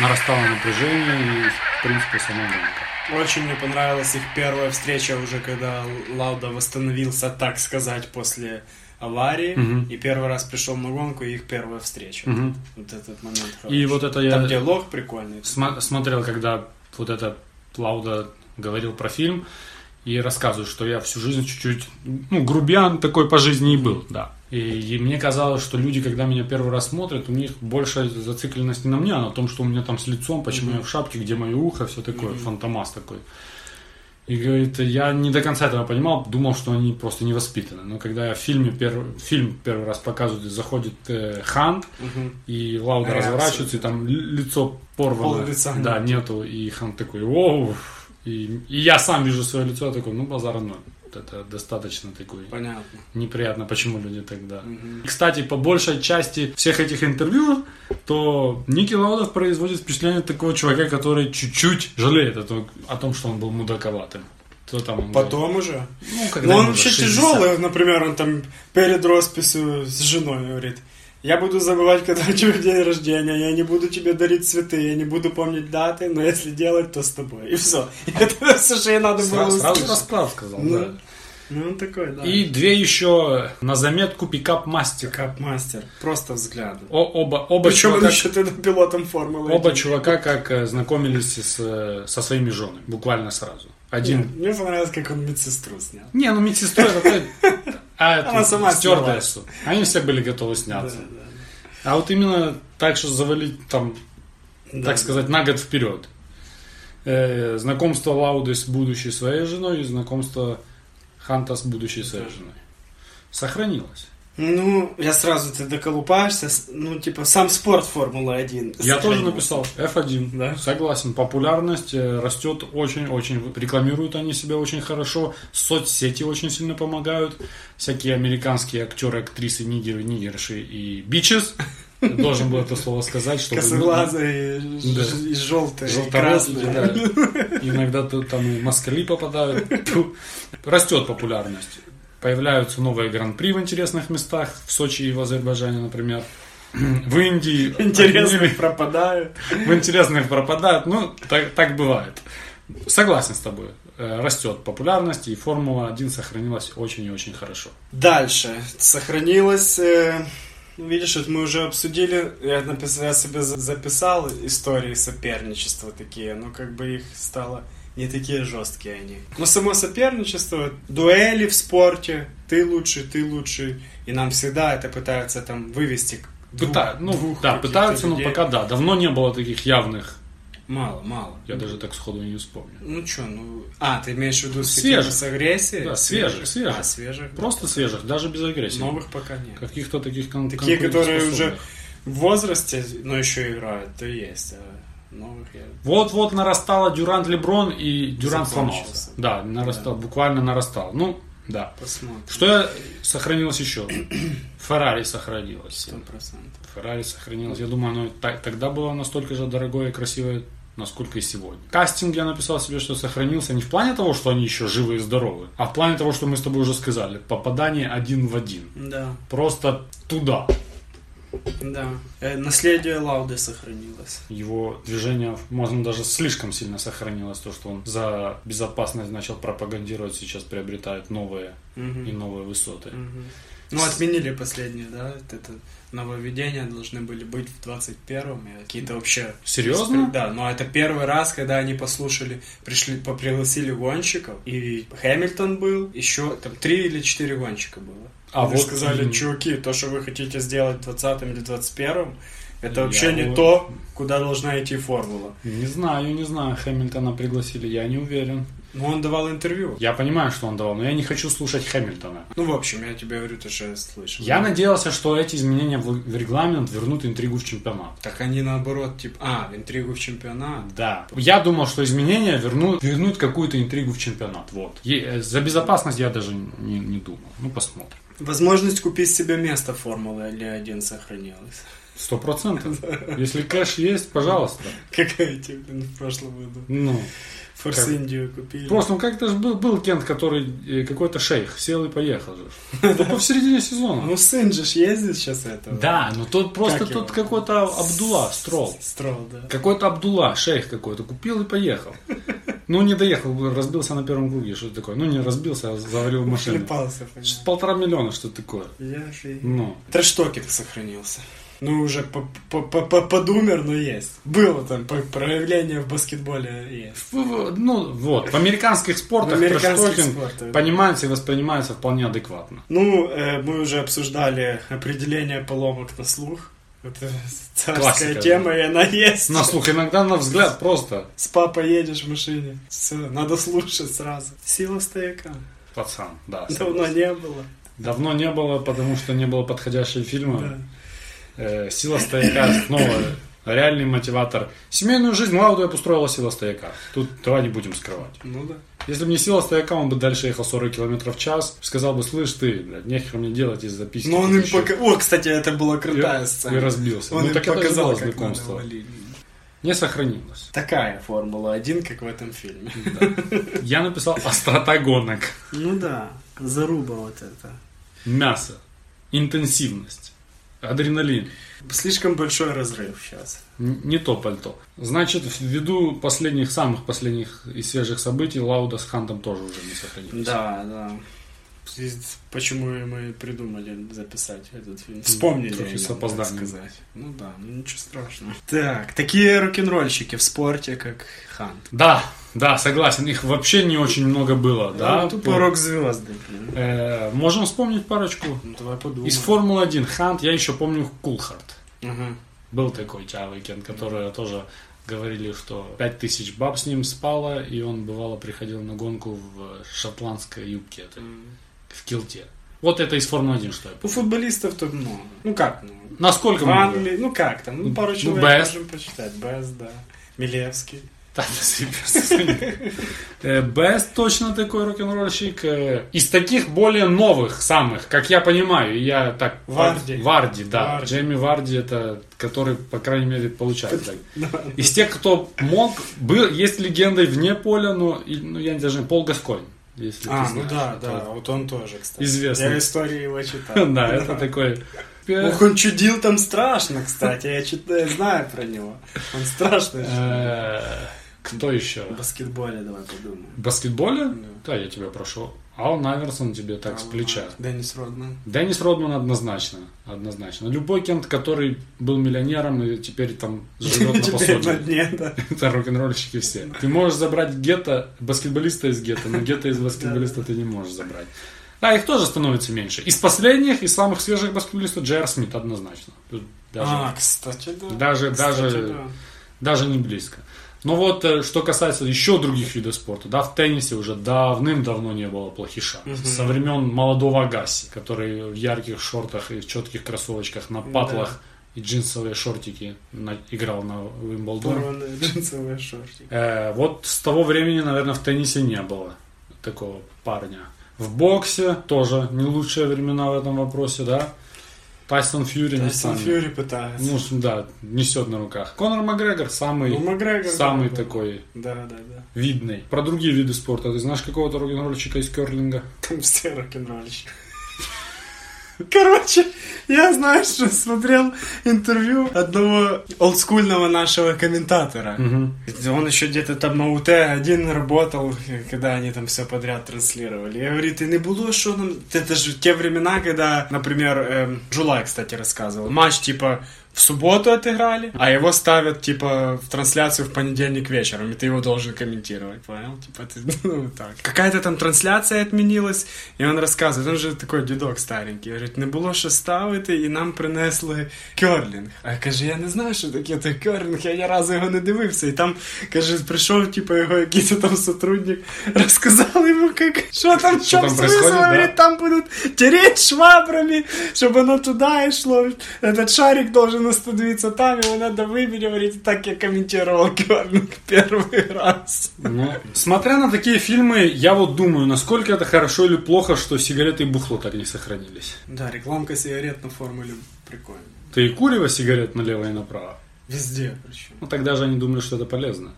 Нарастало напряжение и, в принципе, сама гонка. Очень мне понравилась их первая встреча уже, когда Лауда восстановился, так сказать, после аварии. И первый раз пришел на гонку, и их первая встреча. Вот этот момент хороший. И вот это я... Там диалог прикольный. Сма- смотрел, когда вот это Плауда говорил про фильм и рассказывает, что я всю жизнь чуть-чуть, ну, грубян такой по жизни и был, да. И, и мне казалось, что люди, когда меня первый раз смотрят, у них большая зацикленность не на мне, а на том, что у меня там с лицом, почему я в шапке, где мое ухо, все такое, фантомас такой. И говорит, я не до конца этого понимал, думал, что они просто не воспитаны. Но когда я в фильме первый, фильм первый раз показывают, и заходит э, Хант, и Лауда Реакция. разворачивается, и там л- лицо порвано. Пол лица Да, нету. И Хант такой, оу. И, и я сам вижу свое лицо, я такой, ну, базара ноль. Вот Это достаточно такой Понятно. неприятно, почему люди тогда. И, Кстати, по большей части всех этих интервью, то Ники Лаудов производит впечатление такого чувака, который чуть-чуть жалеет о том, о том, что он был мудаковатым. Кто там он был? Потом уже. Ну, когда Ну, он ему вообще за 60. тяжелый, например, он там перед росписью с женой говорит. Я буду забывать, когда у тебя день рождения, я не буду тебе дарить цветы, я не буду помнить даты, но если делать, то с тобой. И все. Это все, что ей надо было Сра- Сразу услышать. расклад сказал, Ну. да. Ну, он такой, да. И две еще на заметку пикап мастер. Кап-мастер. Просто взглядом. О- оба, оба Причем он чувака- еще тогда пилотом формулы. Оба один. чувака как э, знакомились с, э, со своими женами, буквально сразу. Один. Мне понравилось, как он медсестру снял. Не, ну медсестра это... А это Она сама стюардессу. Они все были готовы сняться. А вот именно так, что завалить там, Да. так сказать, на год вперед. Э, Знакомство Лауды с будущей своей женой и знакомство Ханта с будущей своей женой. Сохранилось. Ну, я сразу ты доколупаешься. с- Ну, типа, сам спорт Формулы-1. Я тоже написал F1. Да? Согласен, популярность э, растет очень-очень. Рекламируют они себя очень хорошо. Соцсети очень сильно помогают. Всякие американские актеры, актрисы, нигеры, нигерши и бичес. Должен был это слово сказать, чтобы... Косоглазые, ну, Да. и желтые, и Желторотые, красные. да. Иногда тут там и москали попадают. Тьфу. Растет популярность. Появляются новые гран-при в интересных местах. В Сочи и в Азербайджане, например. В Индии. Интересные пропадают. в интересных Ну, пропадают. Ну, так, так бывает. Согласен с тобой. Э, Растет популярность, и Формула-1 сохранилась очень и очень хорошо. Дальше. Сохранилось... э, ну, видишь, вот мы уже обсудили, я, написал, я себе за- записал истории соперничества такие, но как бы их стало не такие жесткие они. Но само соперничество, дуэли в спорте, ты лучше, ты лучше, и нам всегда это пытаются там вывести к двух- Пыта- ну, двух да, каких-то пытаются, но людей. пока да. Давно не было таких явных. Мало, мало. Я даже так сходу и не вспомню. Ну что, ну... А, ты имеешь в виду с Свежих. какими-то с агрессией? Да, свежих, свежих. А, свежих. Просто свежих, даже без агрессии. Новых пока нет. Каких-то таких кон- Такие, которые уже конкурентоспособных. в возрасте, но еще играют, то есть. А новых я... Вот-вот нарастала Дюрант Леброн, и Дюрант Закончился. сломался. Да, нарастал, буквально нарастал. Ну, да. Посмотрим. Что я сохранилось еще? Феррари сохранилось. Сто процентов. Феррари сохранилось. Я думаю, оно та- тогда было настолько же дорогое и красивое, насколько и сегодня. Кастинг я написал себе, что сохранился не в плане того, что они еще живы и здоровы, а в плане того, что мы с тобой уже сказали. Попадание один в один. Да, Просто туда. да. Э, наследие Лауды сохранилось. Его движение, можно даже слишком сильно сохранилось, то, что он за безопасность начал пропагандировать, сейчас приобретает новые и Мгм. новые высоты. Мгм. Ну, отменили последнее, да? вот Это нововведения должны были быть в 21-м. и Какие-то вообще... Серьезно? Да, но это первый раз, когда они послушали, пришли, попригласили гонщиков. И Хэмилтон был, еще там три или четыре гонщика было. А А вот- вы сказали, Мгм. чуваки, то, что вы хотите сделать в 20 или 21 это Я вообще не вот- то, куда должна идти формула. Не знаю, не знаю. Хэмилтона пригласили, я не уверен. Но он давал интервью. Я понимаю, что он давал, но я не хочу слушать Хэмилтона. Ну, в общем, я тебе говорю, ты же слышал. Я надеялся, что эти изменения в в регламент вернут интригу в чемпионат. Так они наоборот, типа, а, интригу в чемпионат. Да. Я думал, что изменения вернут, вернут какую-то интригу в чемпионат. Вот. Е- э, за безопасность я даже не, не думал. Ну, посмотрим. Возможность купить себе место формулы L1 сохранилась. Сто процентов. Если кэш есть, пожалуйста. Какая тебе, блин, в прошлом году. Ну, Форс Как? Индию купили. в прошлом как-то же был, был Кент, который э, какой-то шейх сел и поехал же. Только в середине сезона. Ну, сын же ж ездит сейчас этого. Да, но тот просто Как его? тот какой-то Абдула, Строл. Строл, да. Какой-то Абдулла, шейх какой-то, купил и поехал. Ну, не доехал, разбился на первом круге, что это такое. Ну, не разбился, а завалил машину. Шлепался, Что-то понятно. Полтора миллиона, что такое. Я же- Ну, Трэштокинг сохранился. Ну, уже по- по- по- по- подумер, но есть. Было там по- проявление в баскетболе есть. в- в- ну вот, в американских спортах В американских трэш-токинг спортах, да. понимается и воспринимается вполне адекватно. Ну, э, мы уже обсуждали определение поломок на слух. Это царская Классика, тема, и она есть. На слух иногда, на взгляд просто, С папой едешь в машине. Все, надо слушать сразу. Сила стояка. пацан, да. Давно не было. Давно не было, потому что не было подходящего фильма. Да. Э, сила стояка снова реальный мотиватор. Семейную жизнь Лауду я построила сила стояка. Тут давай не будем скрывать. Ну да. Если бы не сила стояка, он бы дальше ехал 40 км в час. Сказал бы, слышь ты, блядь, нехер мне делать из записки. Но он им Еще. пока... О, кстати, это была крутая И- сцена. и разбился. Он Ну, им так это же показал, было как знакомство. надо валить. Не сохранилось. Такая Формула-1, как в этом фильме. Я написал острота гонок. Ну да, заруба вот это. Мясо. Интенсивность. Адреналин. Слишком большой разрыв сейчас. Н- Не то пальто. Значит, ввиду последних, самых последних и свежих событий, Лауда с Хантом тоже уже не сохранилось. Да, да. Почему мы придумали записать этот фильм? Вспомнили. Трохи о Ну, с нем, так опозданием. сказать. Ну да, ну ничего страшного. Так, такие рок-н-ролльщики в спорте, как Хант. Да, да, согласен. Их вообще не очень много было, да? Ну, тупо рок-звезды, блин. Э, можем вспомнить парочку. Ну, давай подумаем. Из Формулы-1 Хант я еще помню Кулхард. Ага. Был такой Чавикин, который тоже говорили, что 5000 баб с ним спало, и он бывало приходил на гонку в шотландской юбке, этой, в килте. Вот это из Формулы-1, что я помню. У Ну, футболистов тут много. Ну как, ну, Насколько в много? Англии, ну как там, ну пару Ну, человек Бест. можем почитать. Бест, да. Милевский. Да, да, супер. Э, Бест точно такой рок-н-ролльщик. Э, Из таких более новых самых, как я понимаю, я так... Варди. Варди, да. Варди. Джейми Варди, это который, по крайней мере, получается. так. Из тех, кто мог, был, есть легендой вне поля, но и- ну, я не даже Пол Гасконь. Если ты А, ну знаешь, да, это- да, вот он тоже, кстати. Известный. Я истории его читал. Да, это такой... э, Ох, он чудил там страшно, кстати. Я читаю, знаю про него. Он страшный. же. э, Кто еще? В баскетболе давай подумаем. В баскетболе? Да, я тебя прошу. Алан Аверсон тебе так с плеча. Деннис А, Родман. Деннис Родман однозначно, однозначно. Любой кент, который был миллионером и теперь там живет на Теперь на пособии. дне, да. Это рок-н-ролльщики все. Ты можешь забрать гетто, баскетболиста из гетто, но гетто из баскетболиста ты не можешь забрать. Да, их тоже становится меньше. Из последних, из самых свежих баскетболистов Джер Смит однозначно. Тут даже, А, кстати, да. Даже- Кстати, даже- да. даже не близко. Но вот э, что касается еще других видов спорта, да, в теннисе уже давным-давно не было плохиша. Со времен молодого Агаси, который в ярких шортах и в четких кроссовочках на патлах и джинсовые шортики на- играл на Уимблдон. Порванные джинсовые шортики. Э, вот с того времени, наверное, в теннисе не было такого парня. В боксе тоже не лучшие времена в этом вопросе, да. Тайсон Фьюри не Тайсон станет. Фьюри пытается. Ну, да, несет на руках. Конор Макгрегор самый, Ну, Макгрегор, да, самый да. такой Да, да, да. видный. Про другие виды спорта. Ты знаешь какого-то рок-н-ролльщика из керлинга? Там все рок-н-ролльщики. Короче, я, знаешь, что смотрел интервью одного олдскульного нашего комментатора. Он еще где-то там на УТ-1 работал, когда они там все подряд транслировали. Я говорю, ты не было, что нам... Это же те времена, когда, например, эм, Джулай, кстати, рассказывал. Матч, типа, в субботу отыграли, а его ставят, типа, в трансляцию в понедельник вечером, и ты его должен комментировать, понял? Типа, ты, ну, так. Какая-то там трансляция отменилась, и он рассказывает, он же такой дедок старенький, говорит, не було що ставити, і нам принесли керлінг. А я каже, я не знаю, що таке той керлінг, я ні разу його не дивився. І там, каже, прийшов, типу, його якийсь там сотрудник, розказав йому, як, що там, що Що там там происходит, да? говорить, там будуть тереть швабрами, щоб воно туди йшло. Этот шарик должен остановиться там, его надо вымеривать. Так я комментировал керлінг первый раз. Ну, смотря на такие фильмы, я вот думаю, насколько это хорошо или плохо, что сигареты и бухло так не сохранились. Да, рекламка сигарет на формуле прикольно. Ты и курево сигарет налево и направо. Везде причем. Ну, тогда же они думали, что это полезно.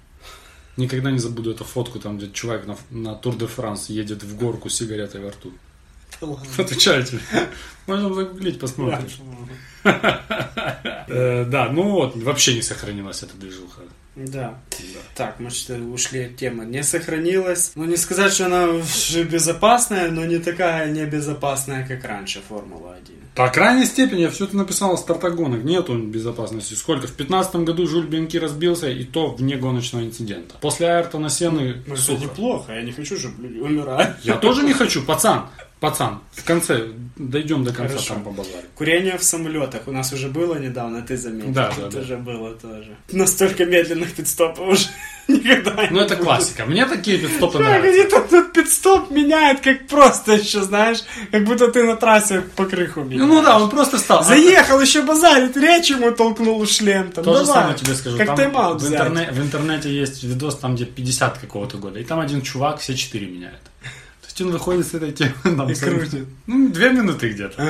Никогда не забуду эту фотку, там, где чувак на, на Тур де Франс едет в горку с сигаретой во рту. Отвечаю тебе. Можем загуглить, посмотрим. Э, Да, ну вот, вообще не сохранилась эта движуха. Да. Так, мы что ушли от темы. Не сохранилась. Ну, не сказать, что она уж и безопасная, но не такая небезопасная, как раньше Формула-1. По крайней степени, я все это написал, стартогонок нету безопасности. Сколько? В 15 году Жюль Бенки разбился, и то вне гоночного инцидента. После Айртона Сены Ну, это сухо. неплохо, я не хочу, чтобы люди умирали. Я тоже не хочу, пацан. Пацан, в конце, дойдем до конца, Хорошо. там побазарим. Курение в самолетах у нас уже было недавно, ты заметил. Да, да, Тут да. уже было тоже. Настолько медленных пидстопов уже никогда Ну, не это классика. Мне такие пидстопы Как нравятся. они там тут пидстоп меняет, как просто еще, знаешь, как будто ты на трассе по крыху меняешь. Ну да, он просто стал. Заехал, еще базарит, речь ему толкнул шлем. Там, То же давай. самое тебе скажу. Как Там тайм-аут в, взять. интерне- в интернете есть видос, там где 50 какого-то года, и там один чувак все четыре меняет. То есть он выходит с этой темы. там, И с- крутит. Ну, две минуты где-то.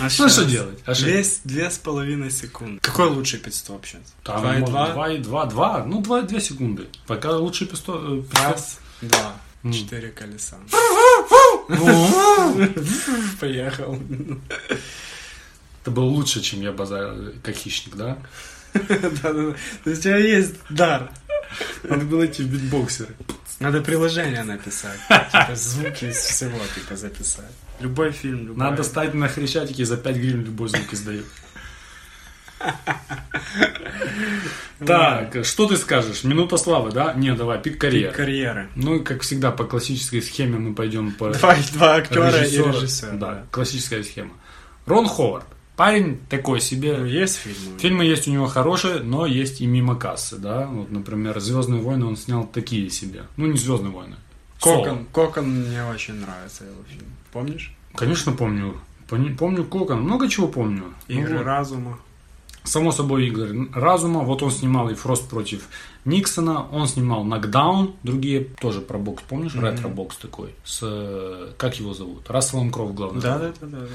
А, Ну, что делать? Ошибка. Две, с- две с половиной секунды. Какой лучший пидстоп сейчас? Там Два и можно два? 2 и 2, 2, ну 2 2 секунды. Пока лучше пистолет. Раз, два, четыре колеса. Поехал. Это было лучше, чем я базар как хищник, да? Да-да-да. То есть у тебя есть дар. Надо было идти в битбоксеры. Пц, Надо приложение написать. Типа звуки из всего типа записать. Любой фильм, любой. Надо стать на Хрещатике и за 5 гривен любой звук издает. Так, что ты скажешь? Минута славы, да? Не, давай, пик карьеры. карьеры. Ну и как всегда, по классической схеме мы пойдем по Два, два актера и режиссёра. режиссер. Да, классическая схема. Рон Ховард. Парень такой Ну, себе. Есть фильмы. Фильмы есть у него хорошие, но есть и мимо кассы, да. Вот, например, Звездные войны он снял такие себе. Ну, не Звездные войны. Соло. Кокон. Кокон мне очень нравится его фильм. Помнишь? Конечно, помню. Пони- Помню Кокон. Много чего помню. Игры Ну, вот. разума. Само собой, игры разума. Вот он снимал и Фрост против Никсона. Он снимал Нокдаун. Другие тоже про бокс. Помнишь? Ретро-бокс такой. С, э, как его зовут? Расселом Кроу в главной Да, роли. да, да, да, да.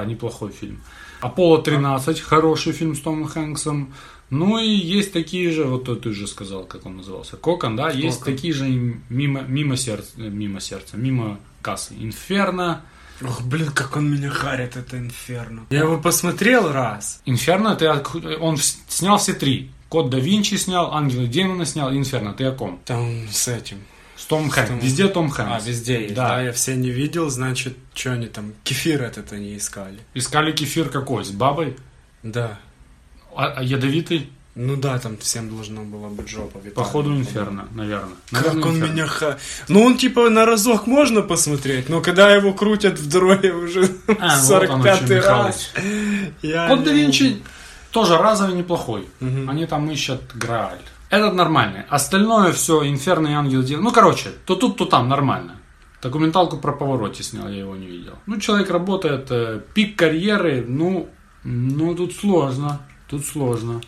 Да, неплохой фильм. Аполло 13, хороший фильм с Томом Хэнксом. Ну и есть такие же, вот ты же сказал, как он назывался, Кокон, да, есть Кокон. такие же и мимо, мимо сердца, мимо сердца, мимо кассы. Инферно. Ох, блин, как он меня харит, это инферно. Я его посмотрел раз. Инферно, ты, от- он вс- снял все три. Код да Винчи снял, Ангелы Демона снял, Инферно, ты о ком? Там с этим. С Том Том- Хэнкс. Везде Том А, Хэнкс. везде есть. Да. Да. я все не видел, значит, что они там, кефир этот они искали. Искали кефир какой? С бабой? Да. А- а ядовитый? Ну да, там всем должно было быть жопа. Виталий, Походу по-моему. Инферно, наверное. Как Наверное, он «Инферно». меня ха... Ну, он типа на разок можно посмотреть, но когда его крутят в дрое уже А, вот оно, 45-й чё, раз... Михалыч. я Код да не- Винчи тоже разовый неплохой. Они там ищут Грааль. Этот нормальный. Остальное все Инферно и Ангел Дев- Ну, короче, то тут, то там нормально. Документалку про повороте снял, я его не видел. Ну, человек работает, э, пик карьеры, ну, ну, тут сложно, тут сложно.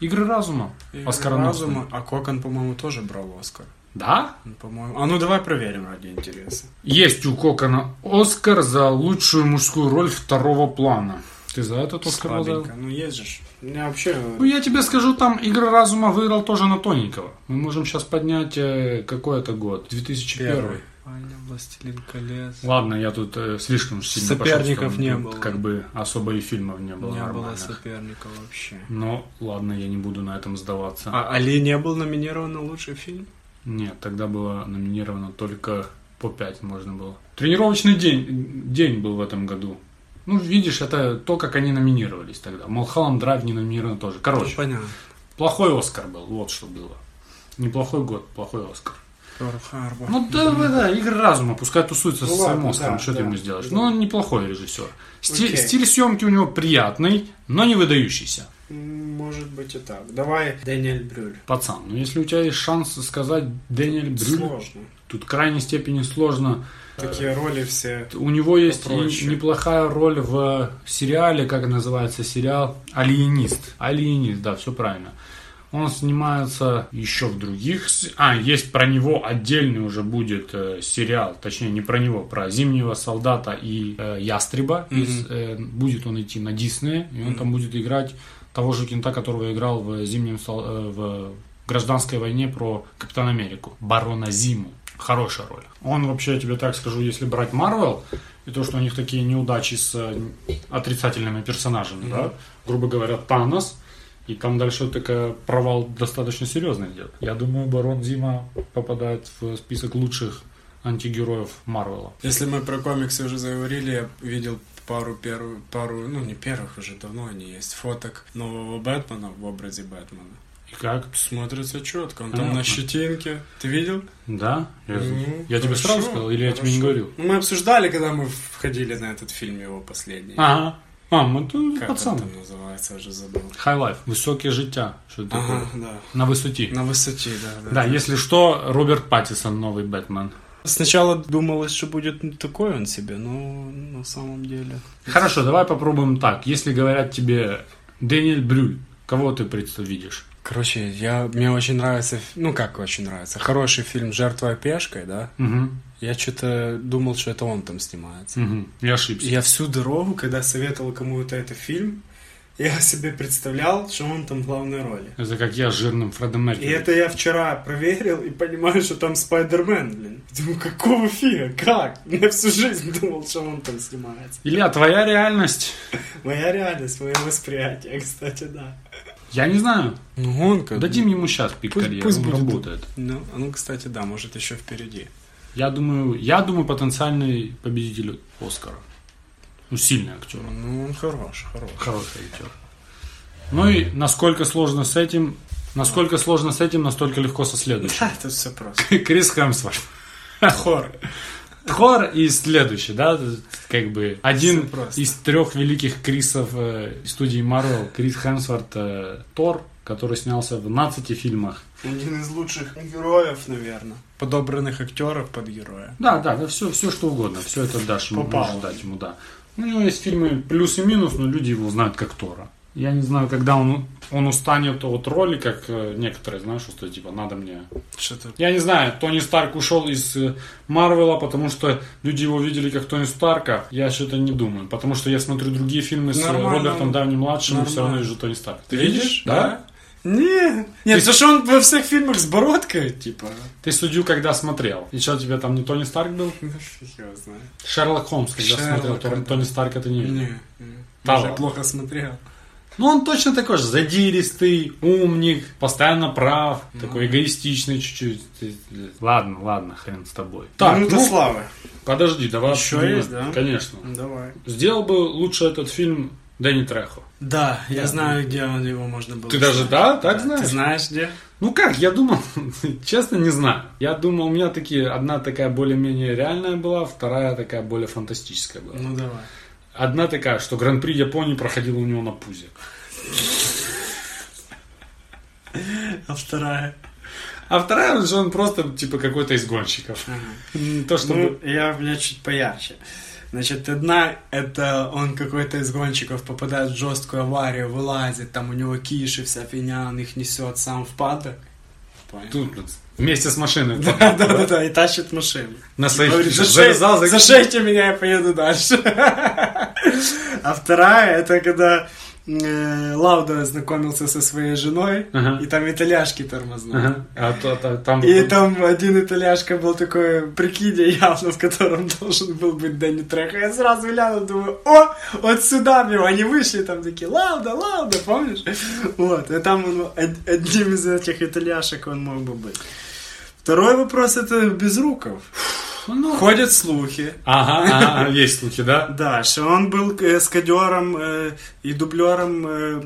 Игры разума. Игры Оскароносные. разума. А Кокон, по-моему, тоже брал Оскар. Да? Ну, По-моему. А ну давай проверим ради интереса. Есть у Кокона Оскар за лучшую мужскую роль второго плана. Ты за этот Оскар Слабенько. выиграл? Ну есть же. ж. У меня вообще... Ну, я тебе скажу, там «Игры разума» выиграл тоже на Тоненького. Мы можем сейчас поднять, э, какой это год? 2001. Аня, Властелин колец. Ладно, я тут э, слишком уж сильно пошёл в Соперников сторону. не Тут было. Как бы особо и фильмов не было Не было нормальных. соперника вообще. Но ладно, я не буду на этом сдаваться. А Али не был номинирован на лучший фильм? Нет, тогда было номинировано только по 5 можно было. Тренировочный день, день был в этом году. Ну, видишь, это то, как они номинировались тогда. Малхаланд Драйв не номинирован тоже. Короче, Ну, понятно. плохой Оскар был, вот что было. Неплохой год, плохой Оскар. Перл Харбор. Ну да, да, да, игры разума, пускай тусуется Ну со своим ладно, Оскаром, да, что ты да, ему сделаешь. да. Ну, он неплохой режиссер. Сти- Окей. Стиль съемки у него приятный, но не выдающийся. М, Может быть и так. Давай Дэниэль Брюль. Пацан, ну если у тебя есть шанс сказать Дэниэль Брюль, Э. Сложно. тут в крайней степени сложно. Такие роли все. У него есть и Попроще. неплохая роль в сериале, как называется сериал «Алиенист». «Алиенист», да, все правильно. Он снимается еще в других... с- А, есть про него отдельный уже будет э, сериал. Точнее, не про него, про «Зимнего солдата» и э, «Ястреба». из, э, будет он идти на Диснея, и он там будет играть того же кента, которого играл в «Зимнем сол- э, в «Гражданской войне» про Капитана Америку. Барона Зиму. Хорошая роль. Он вообще, я тебе так скажу, если брать Марвел, и то, что у них такие неудачи с э, отрицательными персонажами, да, грубо говоря, Танос, и там дальше такая провал достаточно серьезный идет. Я думаю, Барон Зима попадает в список лучших антигероев Марвела. Если мы про комиксы уже заговорили, я видел пару первых, пару, ну не первых уже давно они есть, фоток нового Бэтмена в образе Бэтмена. И как? Смотрится четко, он там Понятно. на щетинке. Ты видел? Да? Я, Ну, я тебе хорошо, сразу сказал или я тебе не хорошо. говорил? Ну, Мы обсуждали, когда мы входили на этот фильм его последний. Ага. А, мы тут Как он пацаны. там называется, уже забыл. Хайлайф. Высокие життя. Что это Ага, такое? да. На высоте. На высоте, да. Да, если что, Роберт Паттисон, новый Бэтмен. Сначала думалось, что будет ну, такой он себе, но на самом деле... Хорошо, давай попробуем так. Если говорят тебе Дэниэль Брюль, кого ты представ- видишь? Короче, я, мне очень нравится, ф- ну как очень нравится, хороший фильм «Жертва пешкой», да? Угу. Я что-то думал, что это он там снимается. Угу. Я ошибся. Я всю дорогу, когда советовал кому-то этот фильм, я себе представлял, что он там в главной роли. Это как я с жирным Фредом И Меркьюри. это я вчера проверил и понимаю, что там Спайдермен, блин. Думаю, какого фига, как? Я всю жизнь думал, что он там снимается. Илья, твоя реальность Моя реальность, мое восприятие, кстати, да. Я не знаю. Ну, гонка. Дадим ему сейчас пик Пусть- карьеры, пусть он будет. работает. Ну, ну, кстати, да, может, еще впереди. Я думаю, я думаю, потенциальный победитель Оскара. Ну, сильный актер. Ну, он хорош, хорош. Хороший актер. Ну и насколько сложно с этим, насколько сложно с этим, настолько легко со следующим. Да, это все просто. Крис Хемсворт. Хор. Хор и следующий, да, как бы один Всё просто. из трех великих Крисов э, студии Marvel, Крис Хемсворт э, Тор, который снялся в 12 фильмах. Один из лучших героев, наверное. Подобранных актеров под героя. Да, да, да, все, все что угодно, все это дашь ему, Попало. можешь дать ему, да. Ну, У него есть фильмы плюс и минус, но люди его знают как Тора. Я не знаю, когда он, он устанет от роли, как э, некоторые, знаешь, что типа надо мне Что-то... Я не знаю, Тони Старк ушел из э, Марвела, потому что люди его видели как Тони Старка. Я что-то не думаю, потому что я смотрю другие фильмы с э, Нормально. Робертом Давни младшим и все равно Нормально. вижу Тони Старка. Ты Да? Нет. Нет, потому что он во всех фильмах с бородкой, типа. Ты судью когда смотрел? И что, тебе там не Тони Старк был? Ну, фиг его знает. Шерлок Холмс, когда Шерлок, смотрел, Тор- да. Тони Старка ты не видел. Не, не. Да Может, ладно. плохо смотрел. Ну, он точно такой же задиристый, умник, постоянно прав, такой эгоистичный чуть-чуть. Ты- Ладно, ладно, хрен с тобой. Так, Минута ну, славы. подожди, давай Ещё обсудим есть, это. да? Конечно. Давай. Сделал бы лучше этот фильм Дэнни Трехо. Да, я знаю, где он, его можно было. Ты даже да, так Ты знаешь? знаешь, где? Ну как, я думал, честно не знаю. Я думал, у меня такие, одна такая более-менее реальная была, вторая такая более фантастическая была. Ну, давай. Одна такая, что Гран-при Японии проходила у него на пузе. А вторая? А вторая, же он просто типа какой-то из гонщиков. Не То, что... Ну, я, у меня чуть поярче. Значит, одна, это он какой-то из гонщиков попадает в жесткую аварию, вылазит, там у него киши, вся фигня, он их несет сам в падок. Понял? Тут вместе с машиной. Да-да-да, и тащит машину. На своих Говорит, кишах. «Зашей- Завязал, зак- зашейте меня, я поеду дальше. А вторая, это когда э, Лауда знакомился со своей женой, Ага. и там итальяшки тормознули. Ага. А то- то- там... И там один итальяшка был такой прикиде явно, в котором должен был быть Дэнни Трехо. Я сразу глянул, думаю, о, вот сюда его. Они вышли там такие, лауда, лауда, помнишь? Вот, и там он, од- одним из этих итальяшек он мог бы быть. Второй вопрос это Безруков. Ну, Ходят слухи, Ага, ага, ага, есть слухи, да? да, что он был э, кадером и дублером э,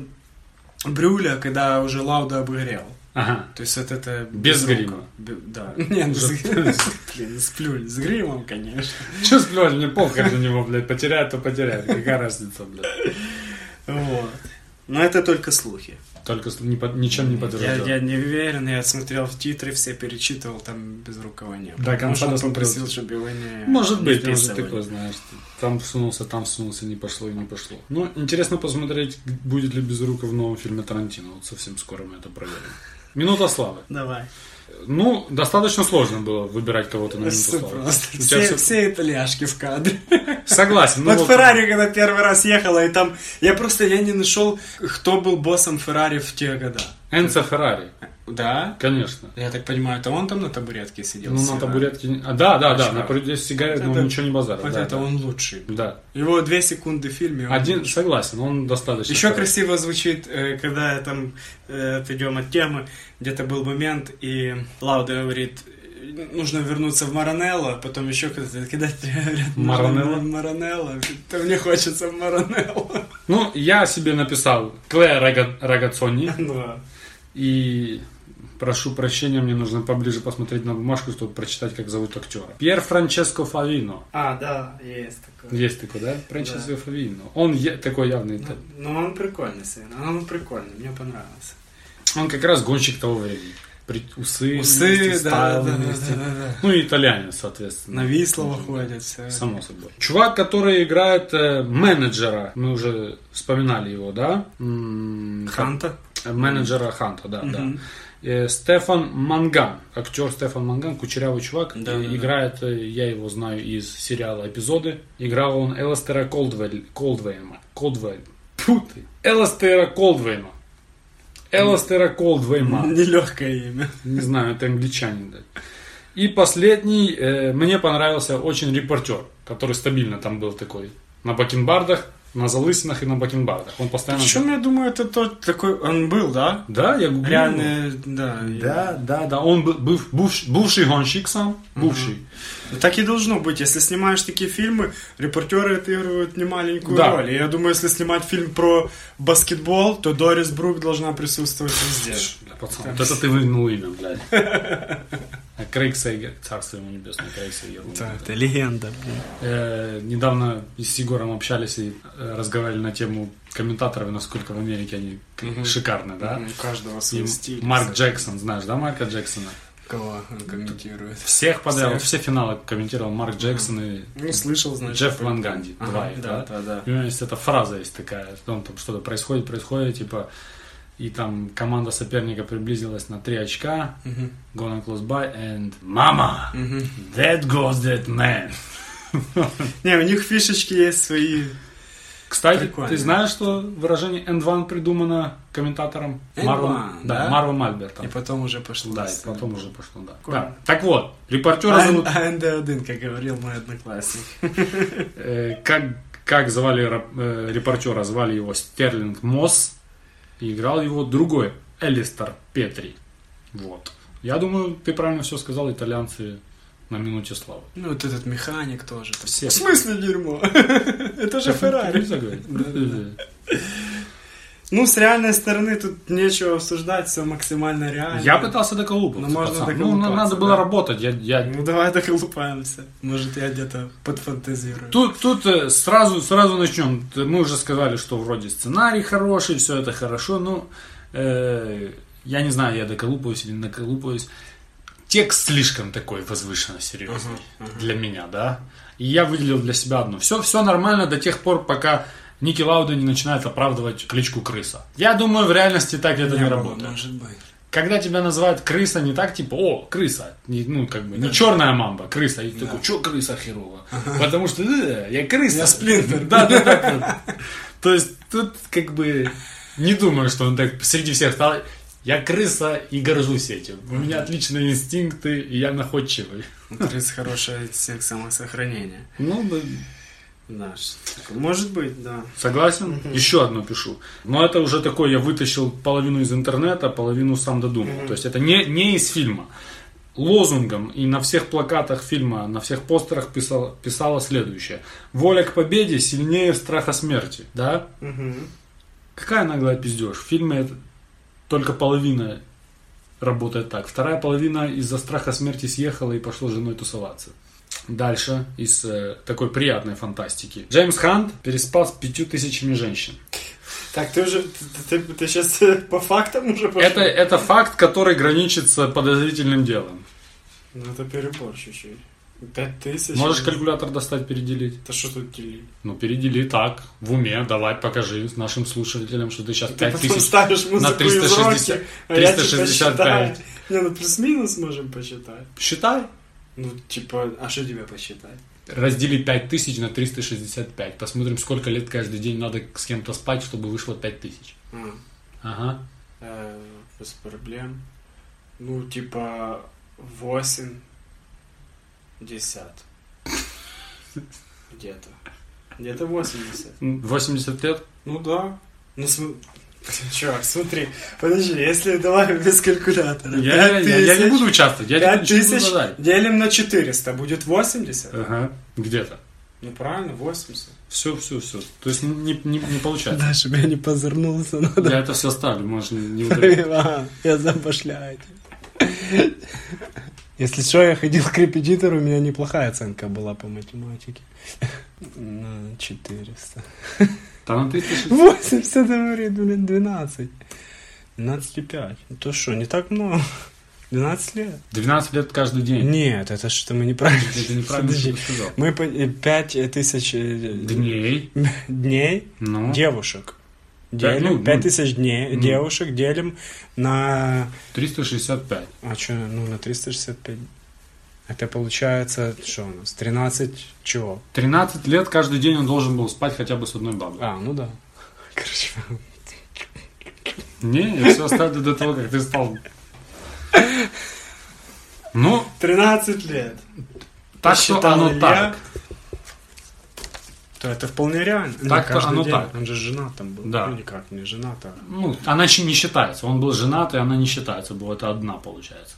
Брюля, когда уже Лауда обгорел. Ага. То есть вот это... Без рук. грима. Бе- Да. Не, ну, с, блин, сплю. С гримом, конечно. Че сплешь, мне похер на него, блядь, потеряет, то потеряет. Какая разница, блядь. Вот. Но это только слухи. Только с- не под- ничем не Я, подтвержден. я не уверен, я смотрел в титры, все перечитывал, там без рукава не было. Да, Может, он конца попросил, досмотрел. чтобы его не... Может не быть, ты уже вписывали. такой, знаешь, ты там всунулся, там всунулся, не пошло и не пошло. Ну, интересно посмотреть, будет ли Безрука в новом фильме Тарантино. Вот совсем скоро мы это проверим. Минута славы. Давай. Ну, достаточно сложно было выбирать кого-то на минуту Все славы. просто. Ну, У тебя Все, всё- все итальяшки в кадре. Согласен. ну Вот вот- Феррари, когда первый раз ехала, и там... Я просто, я не нашел, кто был боссом Феррари в те года. Энцо Феррари, Да? конечно. Я так понимаю, это он там на табуретке сидел? Ну, с на Феррари? табуретке... не- А, да, да, да, Очках. на пару с сигарет, Вот но это- ничего не базарит. Вот да, это да. он лучший. Да. Его две секунды в фильме. он Один, лучший. согласен, он достаточно. Еще хороший. красиво звучит, э, когда там э, отойдем от темы, где-то был момент, и Лауда говорит, э, нужно вернуться в Маранелло, потом еще когда-то кидать говорят, нужно Маранелло? в Маранелло, то мне хочется в Маранелло. Ну, я себе написал Клея Рага- Рагацони. Да. И прошу прощения, мне нужно поближе посмотреть на бумажку, чтобы прочитать, как зовут актера. Пьер Франческо Фавино. А, да, есть такое. Есть такой, да? Франческо Фавино. Он е- такой явный. Ну, италь- Ну, он прикольный сын, он прикольный, мне понравился. Он как раз гонщик того времени. При- Усы, Усы, вместе, да, стайл да, да, вместе. да, да. Ну и итальянец, соответственно. На Вислова ходят. всё. Само собой. Чувак, который играет э, менеджера, мы уже вспоминали его, да? М, Ханта. Э, менеджера Ханта, да, да. Мгм. Э, Стефан Манган, актер Стефан Манган, кучерявый чувак, Да, э, да, да. играет, э, я его знаю из сериала «Эпизоды», играл он Эластера Колдвейн, Колдвейна, Колдвейн, Тьфу ты. Эластера Колдвейна, Эластера Колдвейна, Нелегкое имя. не знаю, это англичанин, да. И последний, э, мне понравился очень репортер, который стабильно там был такой, на бакенбардах, на залысинах и на бакенбардах. Он постоянно... Причем, я думаю, это тот такой... Он был, да? Да, я гуглил. Реально, да. Да, да, да. Он был, был- бывш- бывший гонщик сам. Бывший. Так и должно быть. Если снимаешь такие фильмы, репортеры отыгрывают немаленькую Да. роль. И я думаю, если снимать фильм про баскетбол, то Дорис Брук должна присутствовать везде. Бля, пацан, вот это ты выгнул имя, блядь. А Крейг Сейгер, царство ему небесное, Крейг Сейгер. Да, это легенда, блин. Э, недавно с Егором общались и э, разговаривали на тему комментаторов, и насколько в Америке они к- шикарны, да? У каждого И свой стиль. Марк кстати. Джексон, знаешь, да, Марка Джексона? Кого он комментирует. Всех подряд, вот все финалы комментировал Марк Джексон и Ну, слышал, значит. Джефф Ван Ганди. Ага, два их, да, да, да, да. И у него есть эта фраза есть такая, что он там что-то происходит, происходит, типа, и там команда соперника приблизилась на 3 очка, gonna close by, and мама, that goes that man. Не, у них фишечки есть свои. Кстати, Прикольно. ты знаешь, что выражение and one придумано комментатором And Марвом, one, да, да? Марвом Альбертом. И потом уже пошло. Да, и с- потом уже пошло, да. Прикольно. Да. Так вот, репортера А- зовут... АНД-1, как говорил мой одноклассник. Э, как, как звали рап- э, репортера? Звали его Стерлинг Мосс. И играл его другой, Элистер Петри. Вот. Я думаю, ты правильно все сказал, итальянцы на минуте славы. Ну, вот этот механик тоже. там. Все. В смысле дерьмо? Это же Сейчас мы Феррари. нельзя говорить. Ну, с реальной стороны тут нечего обсуждать, все максимально реально. Я пытался доколупаться. Ну, можно пацан. ну, доколупаться, на- надо было да. работать. Я, я- Ну, давай так и лупаемся. Может, я где-то подфантазирую. Тут, тут э, сразу, сразу начнем. Т- Мы уже сказали, что вроде сценарий хороший, все это хорошо, но э, я не знаю, я доколупаюсь или не доколупаюсь. Текст слишком такой возвышенно серьезный для меня, да. И я выделил для себя одну. Все, все нормально до тех пор, пока Ники Лауда не начинает оправдывать кличку крыса. Я думаю, в реальности так это не, было, работает. Может быть. Когда тебя называют крыса, не так типа, о, крыса, не, ну как бы, не черная мамба, крыса. И ты такой, что крыса херова? Потому что «Э, я крыса. Я Сплинтер. Да, да, да, да. То есть тут как бы не думаю, что он так среди всех стал. Я крыса и горжусь этим. У меня отличные инстинкты, и я находчивый. Крыс хорошая сек самосохранения. Ну, да, Наш. Может быть, да. согласен. Еще одно пишу. Но это уже такое, я вытащил половину из интернета, половину сам додумал. То есть это не, не из фильма. лозунгом и на всех плакатах фильма, на всех постерах писала, писала следующее. Воля к победе сильнее страха смерти. Да? Какая наглая пиздеж. В фильме это только половина работает так. Вторая половина из-за страха смерти съехала и пошла с женой тусоваться. Дальше из э, такой приятной фантастики. Джеймс Хант переспал с пятью тысячами женщин. Так, ты уже... Ты, сейчас по фактам уже пошел? Это, э, это факт, который граничит с подозрительным делом. Ну, это перебор чуть-чуть. Пять тысяч. Можешь калькулятор достать, переделить? Это что тут делить? Ну, передели так, в уме, давай, покажи нашим слушателям, что ты сейчас А Ты 5000 потом ставишь на музыку 360, из роки, а я типа 365. считаю. Не, ну плюс-минус можем посчитать. Считай. Ну, типа, а что тебе посчитать? Раздели 5000 на 365. Посмотрим, сколько лет каждый день надо с кем-то спать, чтобы вышло 5000. А, Ага. э, без проблем. Ну, типа, восемь, десят. Где-то. Где-то 80. 80 лет? Ну да. Ну, см... Чувак, смотри, подожди, если давай без калькулятора. Я, Пять я- я не тысяч. буду участвовать, я тебе 5 ничего не тысяч буду давать. делим на 400, будет 80? Ага, где-то. Ну правильно, 80. Все, все, все. То есть не, не- не получается. Да, чтобы я не позырнулся, надо. Я это все ставлю, можно не удалять. Я забашляю. Если что, я ходил к репетитору, у меня неплохая оценка была по математике. На 400. Там на 3000. 80, говорит, блин, 12. 12,5. Ну то что, не так много. 12 лет. 12 лет каждый день. Нет, это что-то мы неправильно. Это неправильно Подожди. что сказал. Мы 5 тысяч э, Дней. дней Ну. девушек. Да, Делим ну, 5000 дней ну. девушек делим на... 365. А что, ну на 365... Это получается, что у нас, 13 чего? 13 лет каждый день он должен был спать хотя бы с одной бабой. А, ну да. Короче, Не, я все оставлю до того, как ты стал. Ну, 13 лет. так что Посчитал оно я. так. то это вполне реально. Не Так-то каждый оно день. так. Он же женат там был. Да. Ну, никак не женат, а... Ну, она еще не считается. Он был женат, и она не считается. Была это одна, получается.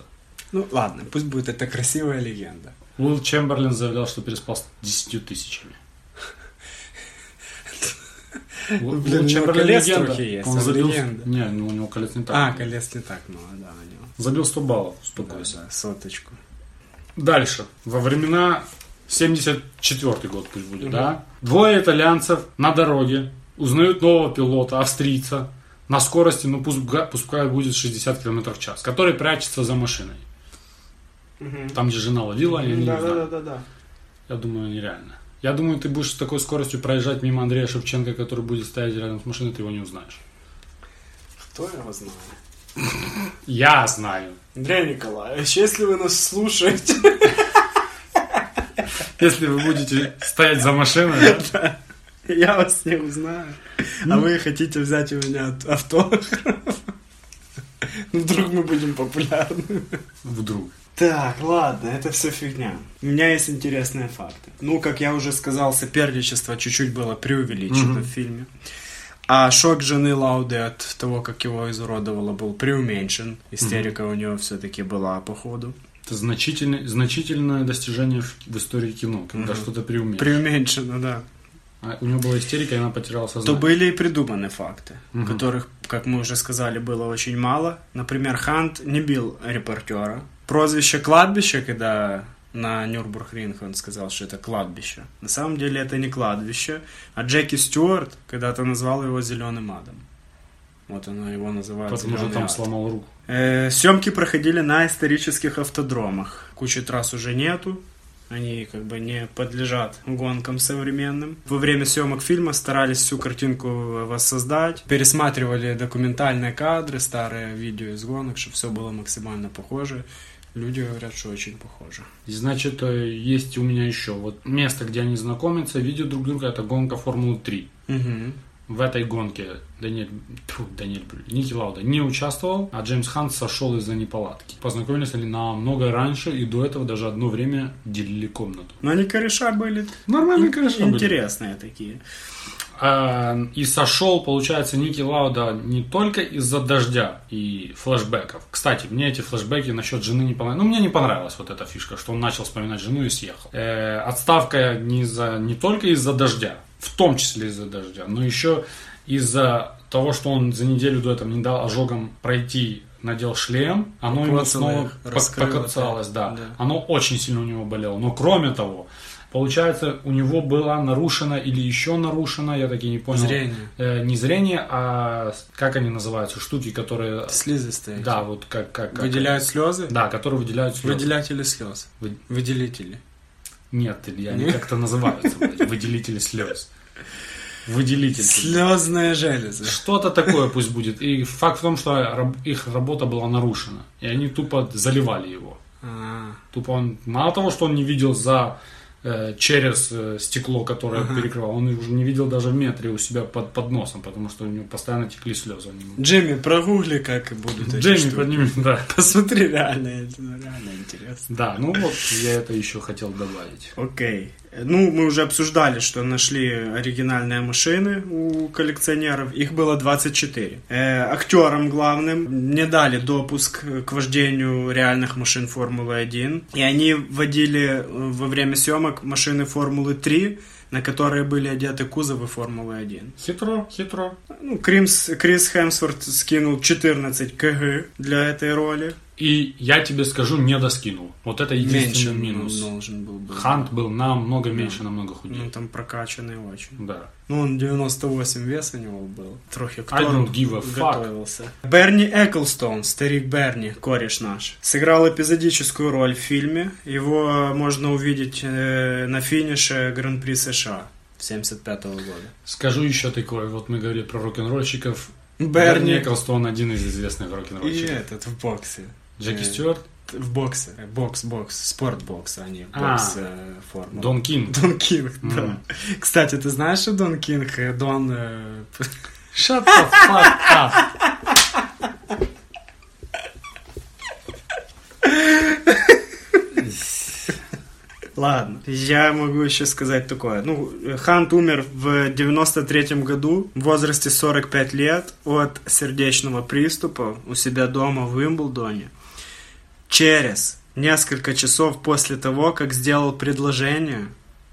Ну, ладно, пусть будет это красивая легенда. Уилл Чемберлин заявлял, что переспал с 10 тысячами. Уилл Блин, у него Чемберлин колец легенда. трохи есть, Он он забил... легенда. Не, ну, у него колец не так. А, колец не так мало, да, у него. Забил 100 баллов, успокойся. Да, да, соточку. Дальше. Во времена 74 год пусть будет, да? Двое итальянцев на дороге узнают нового пилота, австрийца, на скорости, ну пусть, га- пускай будет 60 км в час, который прячется за машиной. Там, где жена ловила, я не знаю. да. Я думаю, нереально. Я думаю, ты будешь с такой скоростью проезжать мимо Андрея Шевченко, который будет стоять рядом с машиной, ты его не узнаешь. Кто его знает? Я знаю. Андрей Николаевич, если вы нас слушаете, Если вы будете стоять за машиной, да? я вас не узнаю. Ну. А вы хотите взять у меня ат- автограф? Ну, Вдруг мы будем популярны. вдруг. Так, ладно, это все фигня. У меня есть интересные факты. Ну, как я уже сказал, соперничество чуть-чуть было преувеличено в фильме. А шок жены Лауды от того, как его изуродовало, был преуменьшен. Истерика у него все-таки была, походу. Это значительное, значительное достижение в, в истории кино, когда что-то преумеешь. Преуменьшено, да. А у него была истерика, и она потеряла То сознание. были и придуманы факты, которых, как мы уже сказали, было очень мало. Например, Хант не бил репортера. Прозвище кладбище, когда на Нюрбург-Ринг он сказал, что это кладбище. На самом деле это не кладбище, а Джеки Стюарт когда-то назвал его зеленым адом. Вот оно его называет. Потому что «Зелёный там ад». сломал руку. Э, съемки проходили на исторических автодромах. Кучи трасс уже нету. Они как бы не подлежат гонкам современным. Во время съемок фильма старались всю картинку воссоздать. Пересматривали документальные кадры, старые видео из гонок, чтобы все было максимально похоже. Люди говорят, что очень похоже. И значит, э, есть у меня еще вот место, где они знакомятся, видят друг друга, это гонка Формулы 3. Мгм. В этой гонке Даниэль, тьфу, Даниэль, блин, Ники Лауда не участвовал, а Джеймс Хант сошел из-за неполадки. Познакомились они намного раньше, и до этого даже одно время делили комнату. Но они кореша были Нормально, конечно, Ну, были. интересные такие. А, И сошел, получается, Ники Лауда не только из-за дождя и флешбеков. Кстати, мне эти флешбеки насчет жены не понравились. Ну, мне не понравилась вот эта фишка, что он начал вспоминать жену и съехал. Э, отставка не, за, не только из-за дождя, в том числе из-за дождя, но еще из-за того, что он за неделю до этого не дал ожогам пройти надел шлем, оно ему Покоцало снова их, пок- раскрыло, покоцалось, да. да. Оно очень сильно у него болело. Но кроме того, получается, у него была нарушена или еще нарушена, я так и не понял. Зрение. Э, не зрение, а с- как они называются, штуки, которые... Слизистые. Да, вот как... как, как- Выделяют слезы? Да, которые выделяют слезы. Выделятели слез. Вы- Выделители. Нет, Илья, они как-то называются, блядь, выделители слез. Выделитель. Слезная железа. Что-то такое пусть будет. И факт в том, что раб- их работа была нарушена. И они тупо заливали его. А. Тупо он, мало того, что он не видел за э, через э, стекло, которое перекрывало, он уже не видел даже в метре у себя под, под носом, потому что у него постоянно текли слезы. Он не- Джимми, прогугли, как и будут эти Джейми штуки. подними, да. Посмотри, реально, это ну, реально интересно. Да, ну вот я это еще хотел добавить. Окей. Ну, мы уже обсуждали, что нашли оригинальные машины у коллекционеров. Их было 24. Э, актерам главным не дали допуск к вождению реальных машин Формулы-1. И они водили э, во время съемок машины Формулы-3, на которые были одеты кузовы Формулы-1. Хитро, хитро. Ну, Кримс, Крис Хемсворт скинул 14 кг для этой роли. И я тебе скажу, не доскинул. Вот это единственный минус. он должен был быть. Хант был намного меньше, намного Ну, худее. там прокачанный очень. Да. Ну, он 98 вес у него был. Трохи к I don't тору give a fuck. готовился. Берни Эклстоун, старик Берни, кореш наш, сыграл эпизодическую роль в фильме. Его можно увидеть э, на финише Гран-при США 75 года. Скажу еще такое, вот мы говорили про рок-н-ролльщиков. Берни. Эклстон один из известных И рок-н-ролльщиков. этот в боксе. Джеки Э, Стюарт, В боксе. Бокс, бокс. Спортбокс, а не А. бокс э, форма. Дон Кинг. Дон Кинг, да. Мгм. Кстати, ты знаешь, что Дон Кинг, э, Дон... э, Shut the fuck up. Ладно. Я могу еще сказать такое. Ну, Хант умер в 93 году в возрасте 45 лет от сердечного приступа у себя дома в Уимблдоне. Через несколько часов после того, как сделал предложение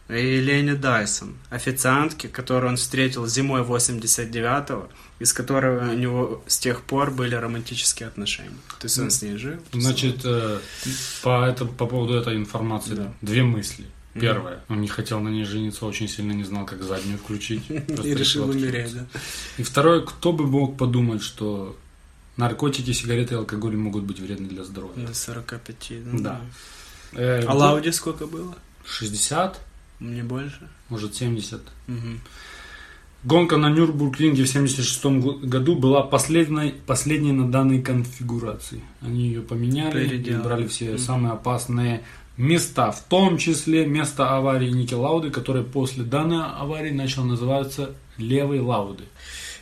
Елене Дайсон, официантке, которую он встретил зимой 89-го, из которого у него с тех пор были романтические отношения. То есть он с ней жил. Значит, э, по, этому- по поводу этой информации Да. две мысли. Первое. Он не хотел на ней жениться, очень сильно не знал, как заднюю включить. Просто и решил откинуться. умереть, да. И второе, кто бы мог подумать, что наркотики, сигареты и алкоголь могут быть вредны для здоровья. До 45, ну Да. Э, А Лауди сколько было? 60, Мне больше. Э, может 70. Мгм. Гонка на Нюрбург-ринге в 76 году была последней, последней на данной конфигурации. Они ее поменяли и Переделали. брали все Мгм. самые опасные места, в том числе место аварии Ники Лауды, которое после данной аварии начало называться Левой Лауды.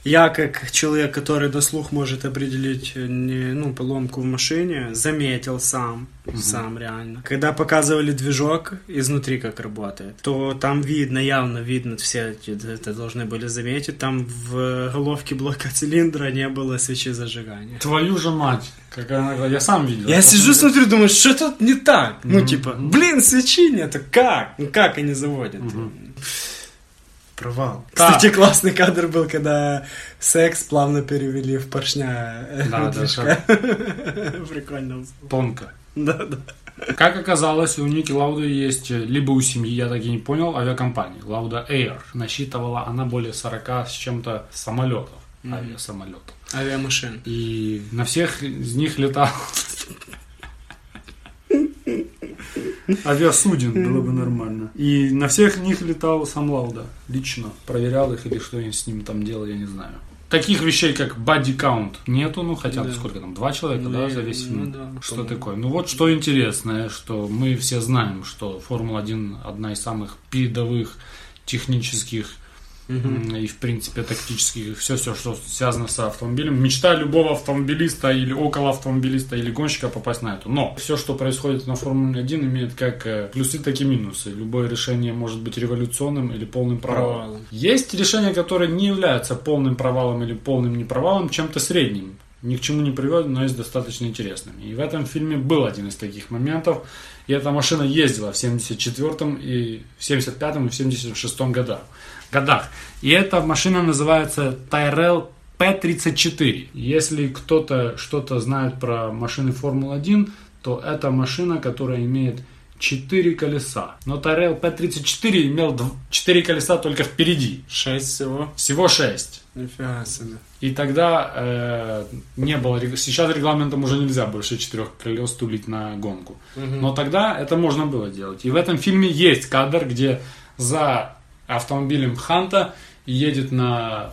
Я, как человек, который до слух может определить э, не, ну, поломку в машине, заметил сам, сам реально. Когда показывали движок изнутри, как работает, то там видно, явно видно, все эти- это должны были заметить, там в головке блока цилиндра не было свечи зажигания. Твою же мать! Какая она- Я сам видел. Я Потом- сижу, смотрю, думаю, что тут не так? Ну, типа, блин, свечи нету, как? Ну, как они заводят? Провал. Так. Кстати, классный кадр был, когда секс плавно перевели в поршня э, Да, да, движка. Прикольно. Тонко. Да, да. Как оказалось, у Ники Лауды есть э, либо у семьи, я так и не понял, авиакомпании. Лауда Air. Насчитывала она более 40 с чем-то самолетов. Авиасамолетов. Авиамашин. И на всех из них летал. Авиасуден было бы нормально. И на всех них летал сам Лауда. Лично проверял их или что я с ним там делал, я не знаю. Таких вещей, как body count, нету, ну хотя бы Да. сколько там, два человека, Ну, да, и- за весь ну фильм? да, что по-моему. такое? Ну вот что интересное, что мы все знаем, что Формула-1 одна из самых передовых технических М, и в принципе тактически все, все, что связано с автомобилем. Мечта любого автомобилиста или около автомобилиста или гонщика попасть на эту. Но все, что происходит на Формуле 1, имеет как э, плюсы, так и минусы. Любое решение может быть революционным или полным провалом. Провалом. Есть решения, которые не являются полным провалом или полным непровалом, чем-то средним. Ни к чему не приводят, но есть достаточно интересными. И в этом фильме был один из таких моментов. И эта машина ездила в 74-м, и в 75-м, и в 76-м годах. годах. И эта машина называется Tyrrell P34. Если кто-то что-то знает про машины Формулы-1, то это машина, которая имеет 4 колеса. Но Tyrrell P34 имел 4 колеса только впереди. Шесть всего. Всего 6. Нифига себе. И тогда э, не было... рег- Сейчас регламентом уже нельзя больше четырех колес тулить на гонку. Но тогда это можно было делать. И в этом фильме есть кадр, где за автомобилем Ханта едет на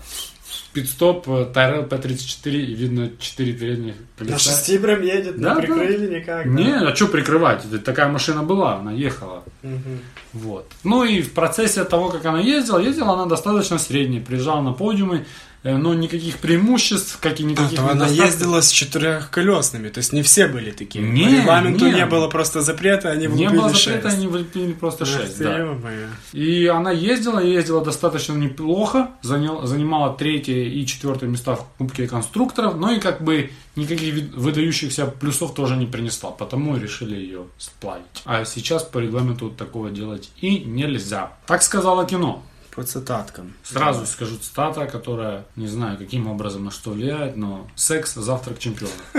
пит-стоп э, Тайрел П-34 и видно 4 передних колеса. На шести прям едет, Да, да. не прикрыли никак. да? Не, а что прикрывать? Это такая машина была, она ехала. Мгм. Вот. Ну и в процессе того, как она ездила, ездила она достаточно средней, приезжала на подиумы, э, но никаких преимуществ, как и А, никаких то она недостатков. ездила с четырехколесными, то есть не все были такие. Не, По регламенту не. не было просто запрета, они Не влупили было запрета, шесть. они влепили просто Ах 6, ты, да. ё-моё. И она ездила, и ездила достаточно неплохо, занял- занимала третье и четвертое места в Кубке конструкторов, но и как бы никаких ви- выдающихся плюсов тоже не принесла, потому и решили ее сплавить. А сейчас по регламенту такого делать и нельзя. Так сказала кино. По цитаткам. Сразу скажу цитата, которая, не знаю, каким образом на что влияет, но «Секс – завтрак чемпионов».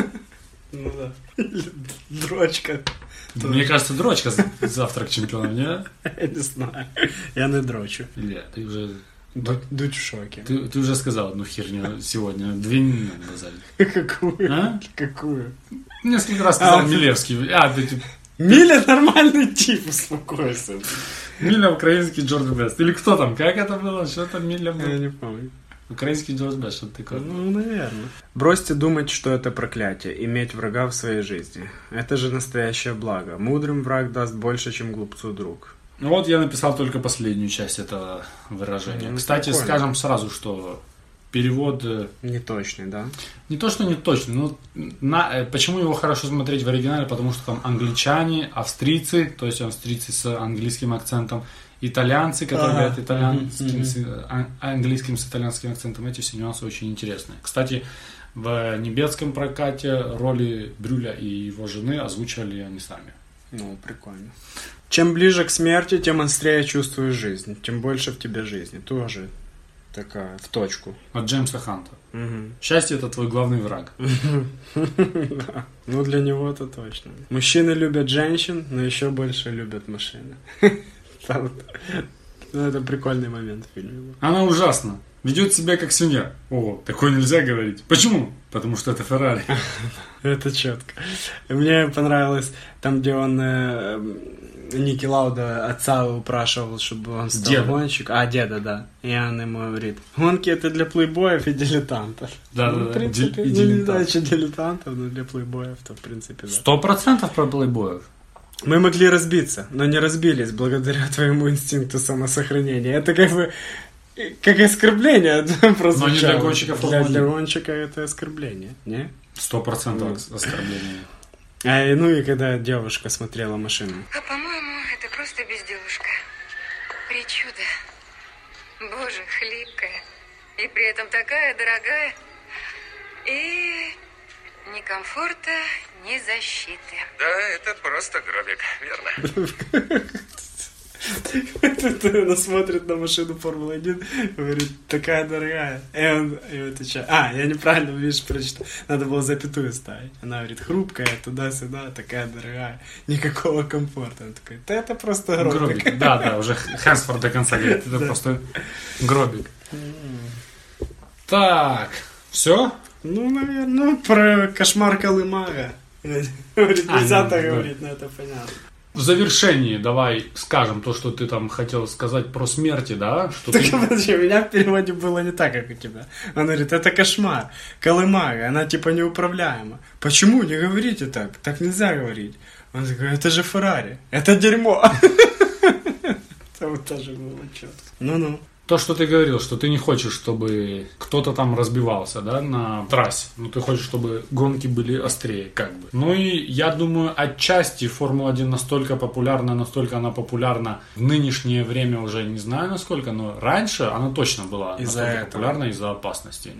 Ну да. Дрочка. Мне кажется, дрочка за- «Завтрак чемпионов», не? Я не знаю. Я не дрочу. Илья, ты уже... Ду- Дуть в шоке. Ты, ты уже сказал одну херню сегодня, две не надо базарить. Какую? А? Какую? Несколько раз сказал А, Милевский. А, ты, типа, Миля нормальный тип, успокойся. Миля украинский Джордж Бест. Или кто там? Как это было? Что там Миля Я был? не помню. Украинский Джордж Бест, что такое? Ну, наверное. Бросьте думать, что это проклятие, иметь врага в своей жизни. Это же настоящее благо. Мудрым враг даст больше, чем глупцу друг. Ну, Вот я написал только последнюю часть этого выражения. Ну, Кстати, прикольно. скажем сразу, что перевод э, Неточный, да? не то, что не точный, но на, э, почему его хорошо смотреть в оригинале, потому что там англичане, австрийцы, то есть австрийцы с английским акцентом, итальянцы, которые Ага. говорят итальянским, Мгм, с, э, ан- английским с итальянским акцентом, эти все нюансы очень интересные. Кстати, в немецком прокате роли Брюля и его жены озвучивали они сами. Ну, прикольно. Чем ближе к смерти, тем острее чувствуешь жизнь, тем больше в тебе жизни. Тоже такая, в точку. От Джеймса Ханта. Счастье это твой главный враг. Да. Ну, для него это точно. Мужчины любят женщин, но еще больше любят машины. Там- Ну, это прикольный момент в фильме. Она ужасна. Ведет себя как свинья. О, такое нельзя говорить. Почему? Потому что это Феррари. Это четко. Мне понравилось там, где он э, Ники Лауда отца упрашивал, чтобы он стал Деда. гонщик. А, деда, да. И он ему говорит, гонки это для плейбоев и дилетантов. Да-да-да, Ну, в принципе, Э, ди- и ну, не знаю, дилетантов. что дилетантов, но для плейбоев то, в принципе, да. Сто процентов про плейбоев. Мы могли разбиться, но не разбились благодаря твоему инстинкту самосохранения. Это как бы э, как оскорбление прозвучало. гонщика Для, Формулы для один. гонщика это оскорбление, не? Сто процентов оскорбления. А, и ну и когда девушка смотрела машину. А по-моему, это просто безделушка. Причуда. Боже, хлипкая. И при этом такая дорогая. И ни комфорта, ни защиты. Да, это просто гробик, верно. Она смотрит на машину Формулы-1, говорит, такая дорогая. И он ей отвечает, а, я неправильно, видишь, прочитал. Надо было запятую ставить. Она говорит, хрупкая, туда-сюда, такая дорогая. Никакого комфорта. Он такой, да это просто гробик. Гробик. Да, да, уже Хэнсфорд до конца говорит. Это просто гробик. Так, все? Ну, наверное, ну, про кошмар Колымага. Говорит, А, нельзя ну, так да. говорить, но это понятно. В завершении давай скажем то, что ты там хотел сказать про смерти, да? Что Так а ты- подожди, у меня в переводе было не так, как у тебя. Он говорит, это кошмар. Колымага, она типа неуправляема. Почему? Не говорите так. Так нельзя говорить. Он такой, это же Феррари. Это дерьмо. Там тоже было четко. Ну-ну. То, что ты говорил, что ты не хочешь, чтобы кто-то там разбивался, да, на трассе. Ну, ты хочешь, чтобы гонки были острее, как бы. Ну и я думаю, отчасти Формула-1 настолько популярна, настолько она популярна в нынешнее время уже не знаю насколько, но раньше она точно была Из-за настолько этого. популярна из-за опасности.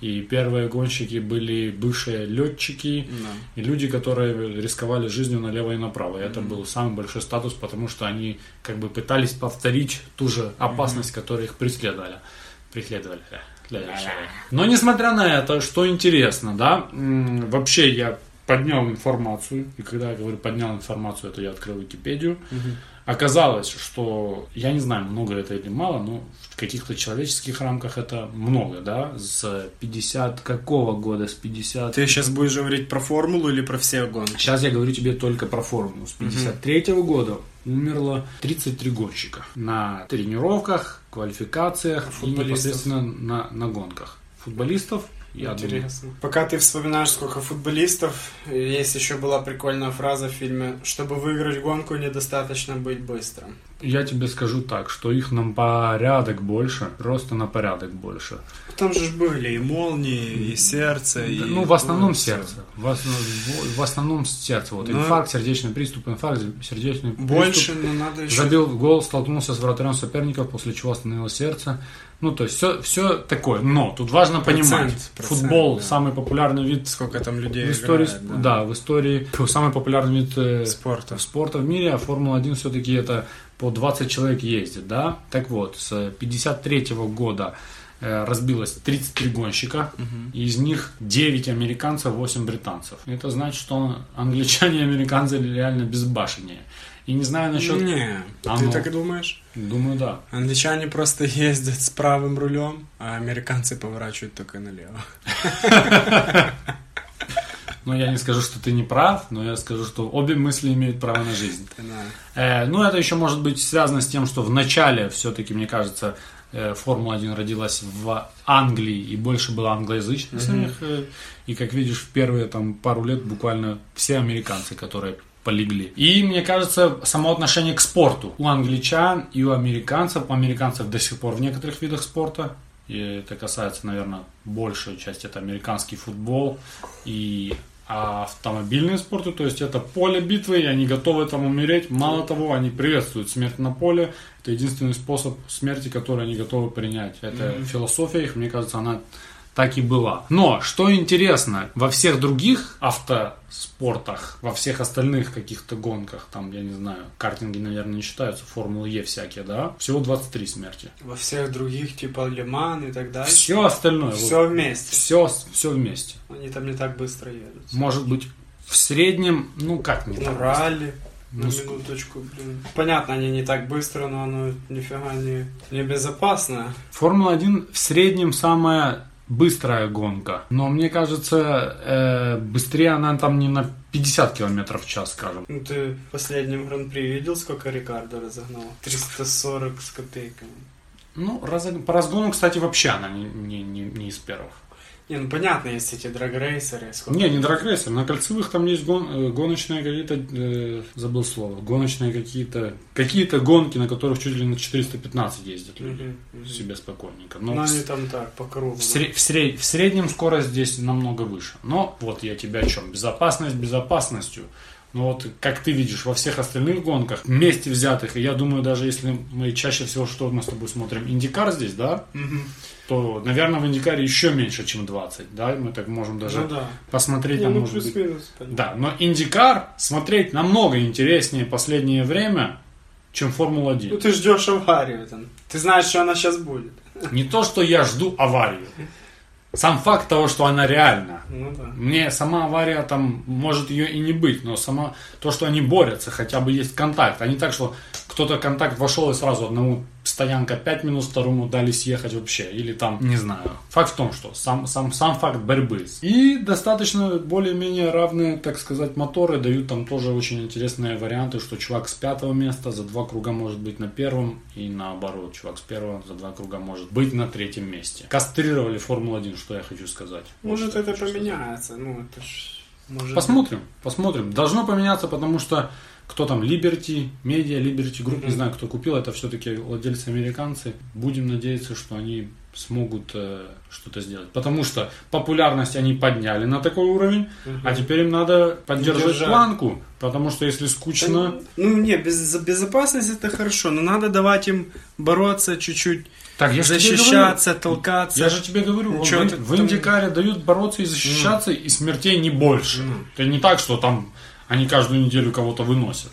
И первые гонщики были бывшие летчики и люди, которые рисковали жизнью налево и направо. И это был самый большой статус, потому что они как бы пытались повторить ту же опасность, которая их преследовали. Преследовали. э, преследовали. Но несмотря на это, что интересно, да, м, вообще я поднял информацию, и когда я говорю поднял информацию, это я открыл Википедию. Оказалось, что, я не знаю, много это или мало, но в каких-то человеческих рамках это много, да, с 50 какого года, с 50... Ты сейчас будешь говорить про формулу или про все гонки? Сейчас я говорю тебе только про формулу. С 53 года умерло 33 гонщика на тренировках, квалификациях и футболистов? непосредственно на, на гонках. Футболистов, я думаю, Пока ты вспоминаешь, сколько футболистов, есть еще была прикольная фраза в фильме, чтобы выиграть гонку, недостаточно быть быстрым. я тебе скажу так, что их на порядок больше, просто на порядок больше. Там же ж были и молнии, и сердце, и... ну, в основном Ой, всё. сердце. В, основ- в- в основном сердце. Вот Ну, инфаркт, сердечный приступ, инфаркт, сердечный приступ. Больше, но надо еще... Забил гол, столкнулся с вратарем соперников, после чего остановилось сердце. Ну, то есть все, все такое. Но тут важно Процент, понимать, процент, футбол да. самый популярный вид Сколько там людей в истории, играет, сп- да. в истории фу, самый популярный вид э, Спорта. спорта в мире, а Формула-1 все-таки это по 20 человек ездит, да? Так вот, с 53 года э, разбилось 33 гонщика, и из них 9 американцев, 8 британцев. Это значит, что англичане и американцы реально безбашеннее. И не знаю насчет... Не, А ты ну. так и думаешь? Думаю, да. Англичане просто ездят с правым рулем, а американцы поворачивают только налево. Но я не скажу, что ты не прав, но я скажу, что обе мысли имеют право на жизнь. Да. Э, ну, это еще может быть связано с тем, что в начале все-таки, мне кажется, э, Формула-1 родилась в Англии и больше была англоязычных самих. э, И, как видишь, в первые там пару лет буквально все американцы, которые полегли. И, мне кажется, само отношение к спорту у англичан и у американцев, у американцев до сих пор в некоторых видах спорта, и это касается, наверное, большей части, это американский футбол и автомобильные спорты, то есть это поле битвы, и они готовы там умереть. Мало того, они приветствуют смерть на поле. Это единственный способ смерти, который они готовы принять. Это философия их, мне кажется, она так и была. Но, что интересно, во всех других автоспортах, во всех остальных каких-то гонках, там, я не знаю, картинги, наверное, не считаются, Формулы Е всякие, да, всего 23 смерти. Во всех других, типа Лиман и так далее. Все остальное, Все вместе. все, все вместе. Они там не так быстро едут. Может быть, в среднем, ну как не Ну, так. ралли. На Ну, ск- минуточку, блин. Понятно, они не так быстро, но оно нифига не, не безопасно. Формула-1 в среднем самая быстрая гонка. Но мне кажется, э, быстрее она там не на 50 километров в час, скажем. Ну, ты в последнем гран-при видел, сколько Рикардо разогнал? 340 с копейками. Ну, разог- по разгону, кстати, вообще она не, не- не- не из первых. Не, ну понятно, есть эти драгрейсеры. Сколько... Не, не драгрейсер. На кольцевых там есть гон- э, гоночные какие-то... э, забыл слово. Гоночные какие-то... Какие-то гонки, на которых чуть ли не на 415 ездят люди. Мгм, мгм. Себе спокойненько. Но Ну, в с- они там так, по кругу. В, сре- в сре- в среднем скорость здесь намного выше. Но вот я тебя о чем. Безопасность безопасностью. Но вот как ты видишь во всех остальных гонках, вместе взятых, и я думаю, даже если мы чаще всего, что мы с тобой смотрим, индикар здесь, да, то, наверное, в индикаре еще меньше, чем 20, да, мы так можем даже Ну да. посмотреть, Не, там, ну может быть. плюс-минус, понятно. Да, но индикар смотреть намного интереснее последнее время, чем Формула-1. Ну ты ждешь аварию там. Ты знаешь, что она сейчас будет. Не то, что я жду аварию. Сам факт того, что она реальна. Ну да. Мне сама авария там может ее и не быть, но сама то, что они борются, хотя бы есть контакт. А не так, что кто-то контакт вошел и сразу одному стоянка 5 минут, второму дали съехать вообще. Или там, не знаю. Факт в том, что сам, сам, сам факт борьбы. И достаточно более-менее равные, так сказать, моторы дают там тоже очень интересные варианты, что чувак с пятого места за два круга может быть на первом, и наоборот, чувак с первого за два круга может быть на третьем месте. Кастрировали Формулу-1, что я хочу сказать. Может что я это хочу сказать. поменяется. Ну это ж... Может... Посмотрим, посмотрим. Должно поменяться, потому что кто там, Liberty, Media, Liberty Group, не знаю, кто купил, это все-таки владельцы американцы. Будем надеяться, что они смогут э, что-то сделать. Потому что популярность они подняли на такой уровень, а тебыть. теперь им надо поддержать Держать. планку, потому что если скучно, Ну, не, без, за безопасность это хорошо, но надо давать им бороться чуть-чуть, так я же тебе защищаться, говорю. толкаться. Я же тебе говорю, вон Чё в, ты в там- Индикаре дают бороться и защищаться, и смертей не больше. Это не так, что там они каждую неделю кого-то выносят.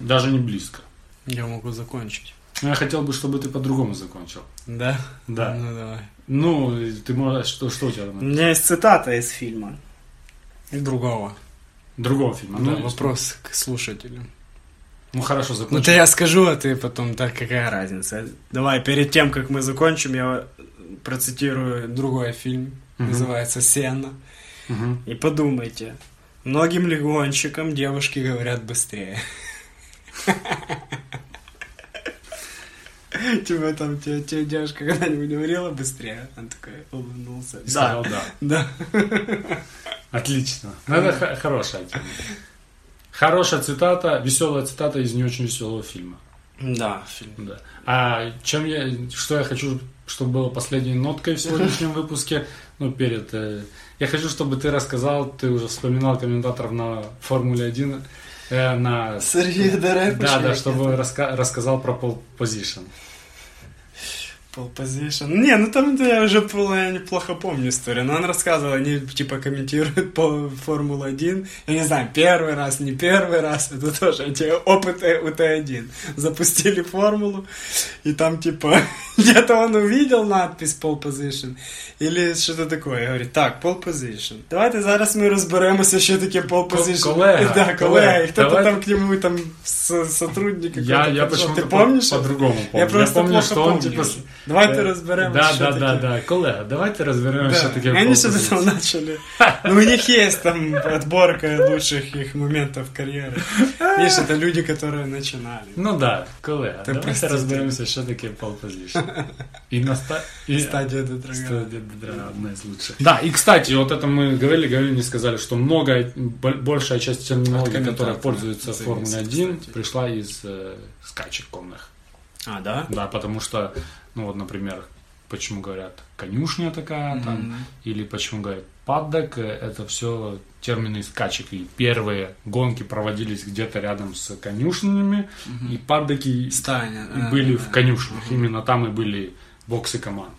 Даже не близко. Я могу закончить. Ну, Я хотел бы, чтобы ты по-другому закончил. Да? Да. Ну, давай. Ну, ты можешь... Что, что у тебя У там? меня есть цитата из фильма. И другого. Другого фильма. Ну, да? вопрос к слушателю. Ну, хорошо, Ну, закончил. то я скажу, а ты потом, да, какая разница. Давай, перед тем, как мы закончим, я процитирую другой фильм. Мгм. Называется «Сена». Мгм. И подумайте, многим ли гонщикам девушки говорят быстрее? Типа там тебе тебе девушка когда-нибудь говорила быстрее? Он такой улыбнулся. И сказал да. Да. Отлично. Ну, это хо- хорошая тема. Хорошая цитата, веселая цитата из не очень веселого фильма. Да, фильм. Да. А чем я, что я хочу, чтобы было последней ноткой в сегодняшнем выпуске, ну, перед... э, я хочу, чтобы ты рассказал, ты уже вспоминал комментаторов на Формуле-1, э, на... Сергей Дорепыч. Да, да, чтобы раска- рассказал про пол позишн. Pole position. Не, ну там это я уже пол- я неплохо помню историю. Но он рассказывал, они типа комментируют по Формулу-1. Я не знаю, первый раз, не первый раз. Это тоже эти опыты у Т1. Запустили формулу, и там типа где-то он увидел надпись pole position. Или что-то такое. Я говорю, так, pole position. Давайте зараз ми розберемося, що таке pole position. колега, Да, колега. колега, І Хто-то давайте. там к нему там со- сотрудник. Я, какой-то я подошел. почему-то Ты помнишь? по- это? по-другому помню. Я просто помню, плохо что он помню. типа... с- Давайте э, разберемся. Да, что да, да, такое. да. Коля, давайте разберемся, Да, что такие они что-то полпозиции. там начали. Ну, у них есть там отборка лучших их моментов карьеры. Видишь, это люди, которые начинали. Ну да, Коля, давайте простите. разберемся, что такие полпозиции. И на ста... и- Стадия Детрога. Стадия Дедрана одна из лучших. Да, и кстати, вот это мы говорили, говорили, не сказали, что многое, бо- большая часть От терминологии, которая комментатора пользуется зависит, Формулой 1, кстати. пришла из э, скачек конных. А, да? Да, потому что, ну вот, например, почему говорят конюшня такая там, или почему говорят паддок, э, это все термины из скачек. И первые гонки проводились где-то рядом с конюшнями, и паддоки Стайня, и э, да, были А, да, в да. конюшнях. Именно там и были боксы команд.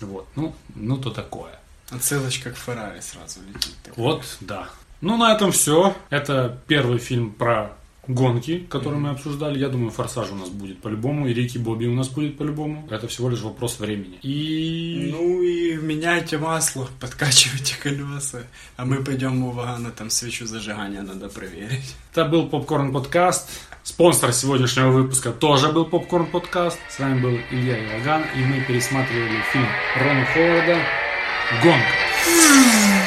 Вот, ну, ну то такое. Отсылочка к Феррари сразу летит. такая. Вот, да. Ну, на этом все. Это первый фильм про гонки, который мы обсуждали. Я думаю, «Форсаж» у нас будет по-любому, и «Рики Бобби» у нас будет по-любому. Это всего лишь вопрос времени. И... Ну и меняйте масло, подкачивайте колеса, а мы пойдем у Вагана, там свечу зажигания надо проверить. Это был «Попкорн Подкаст». Спонсор сегодняшнего выпуска тоже был «Попкорн Подкаст». С вами был Илья Иоганн, и мы пересматривали фильм Рона Ховарда «Гонка».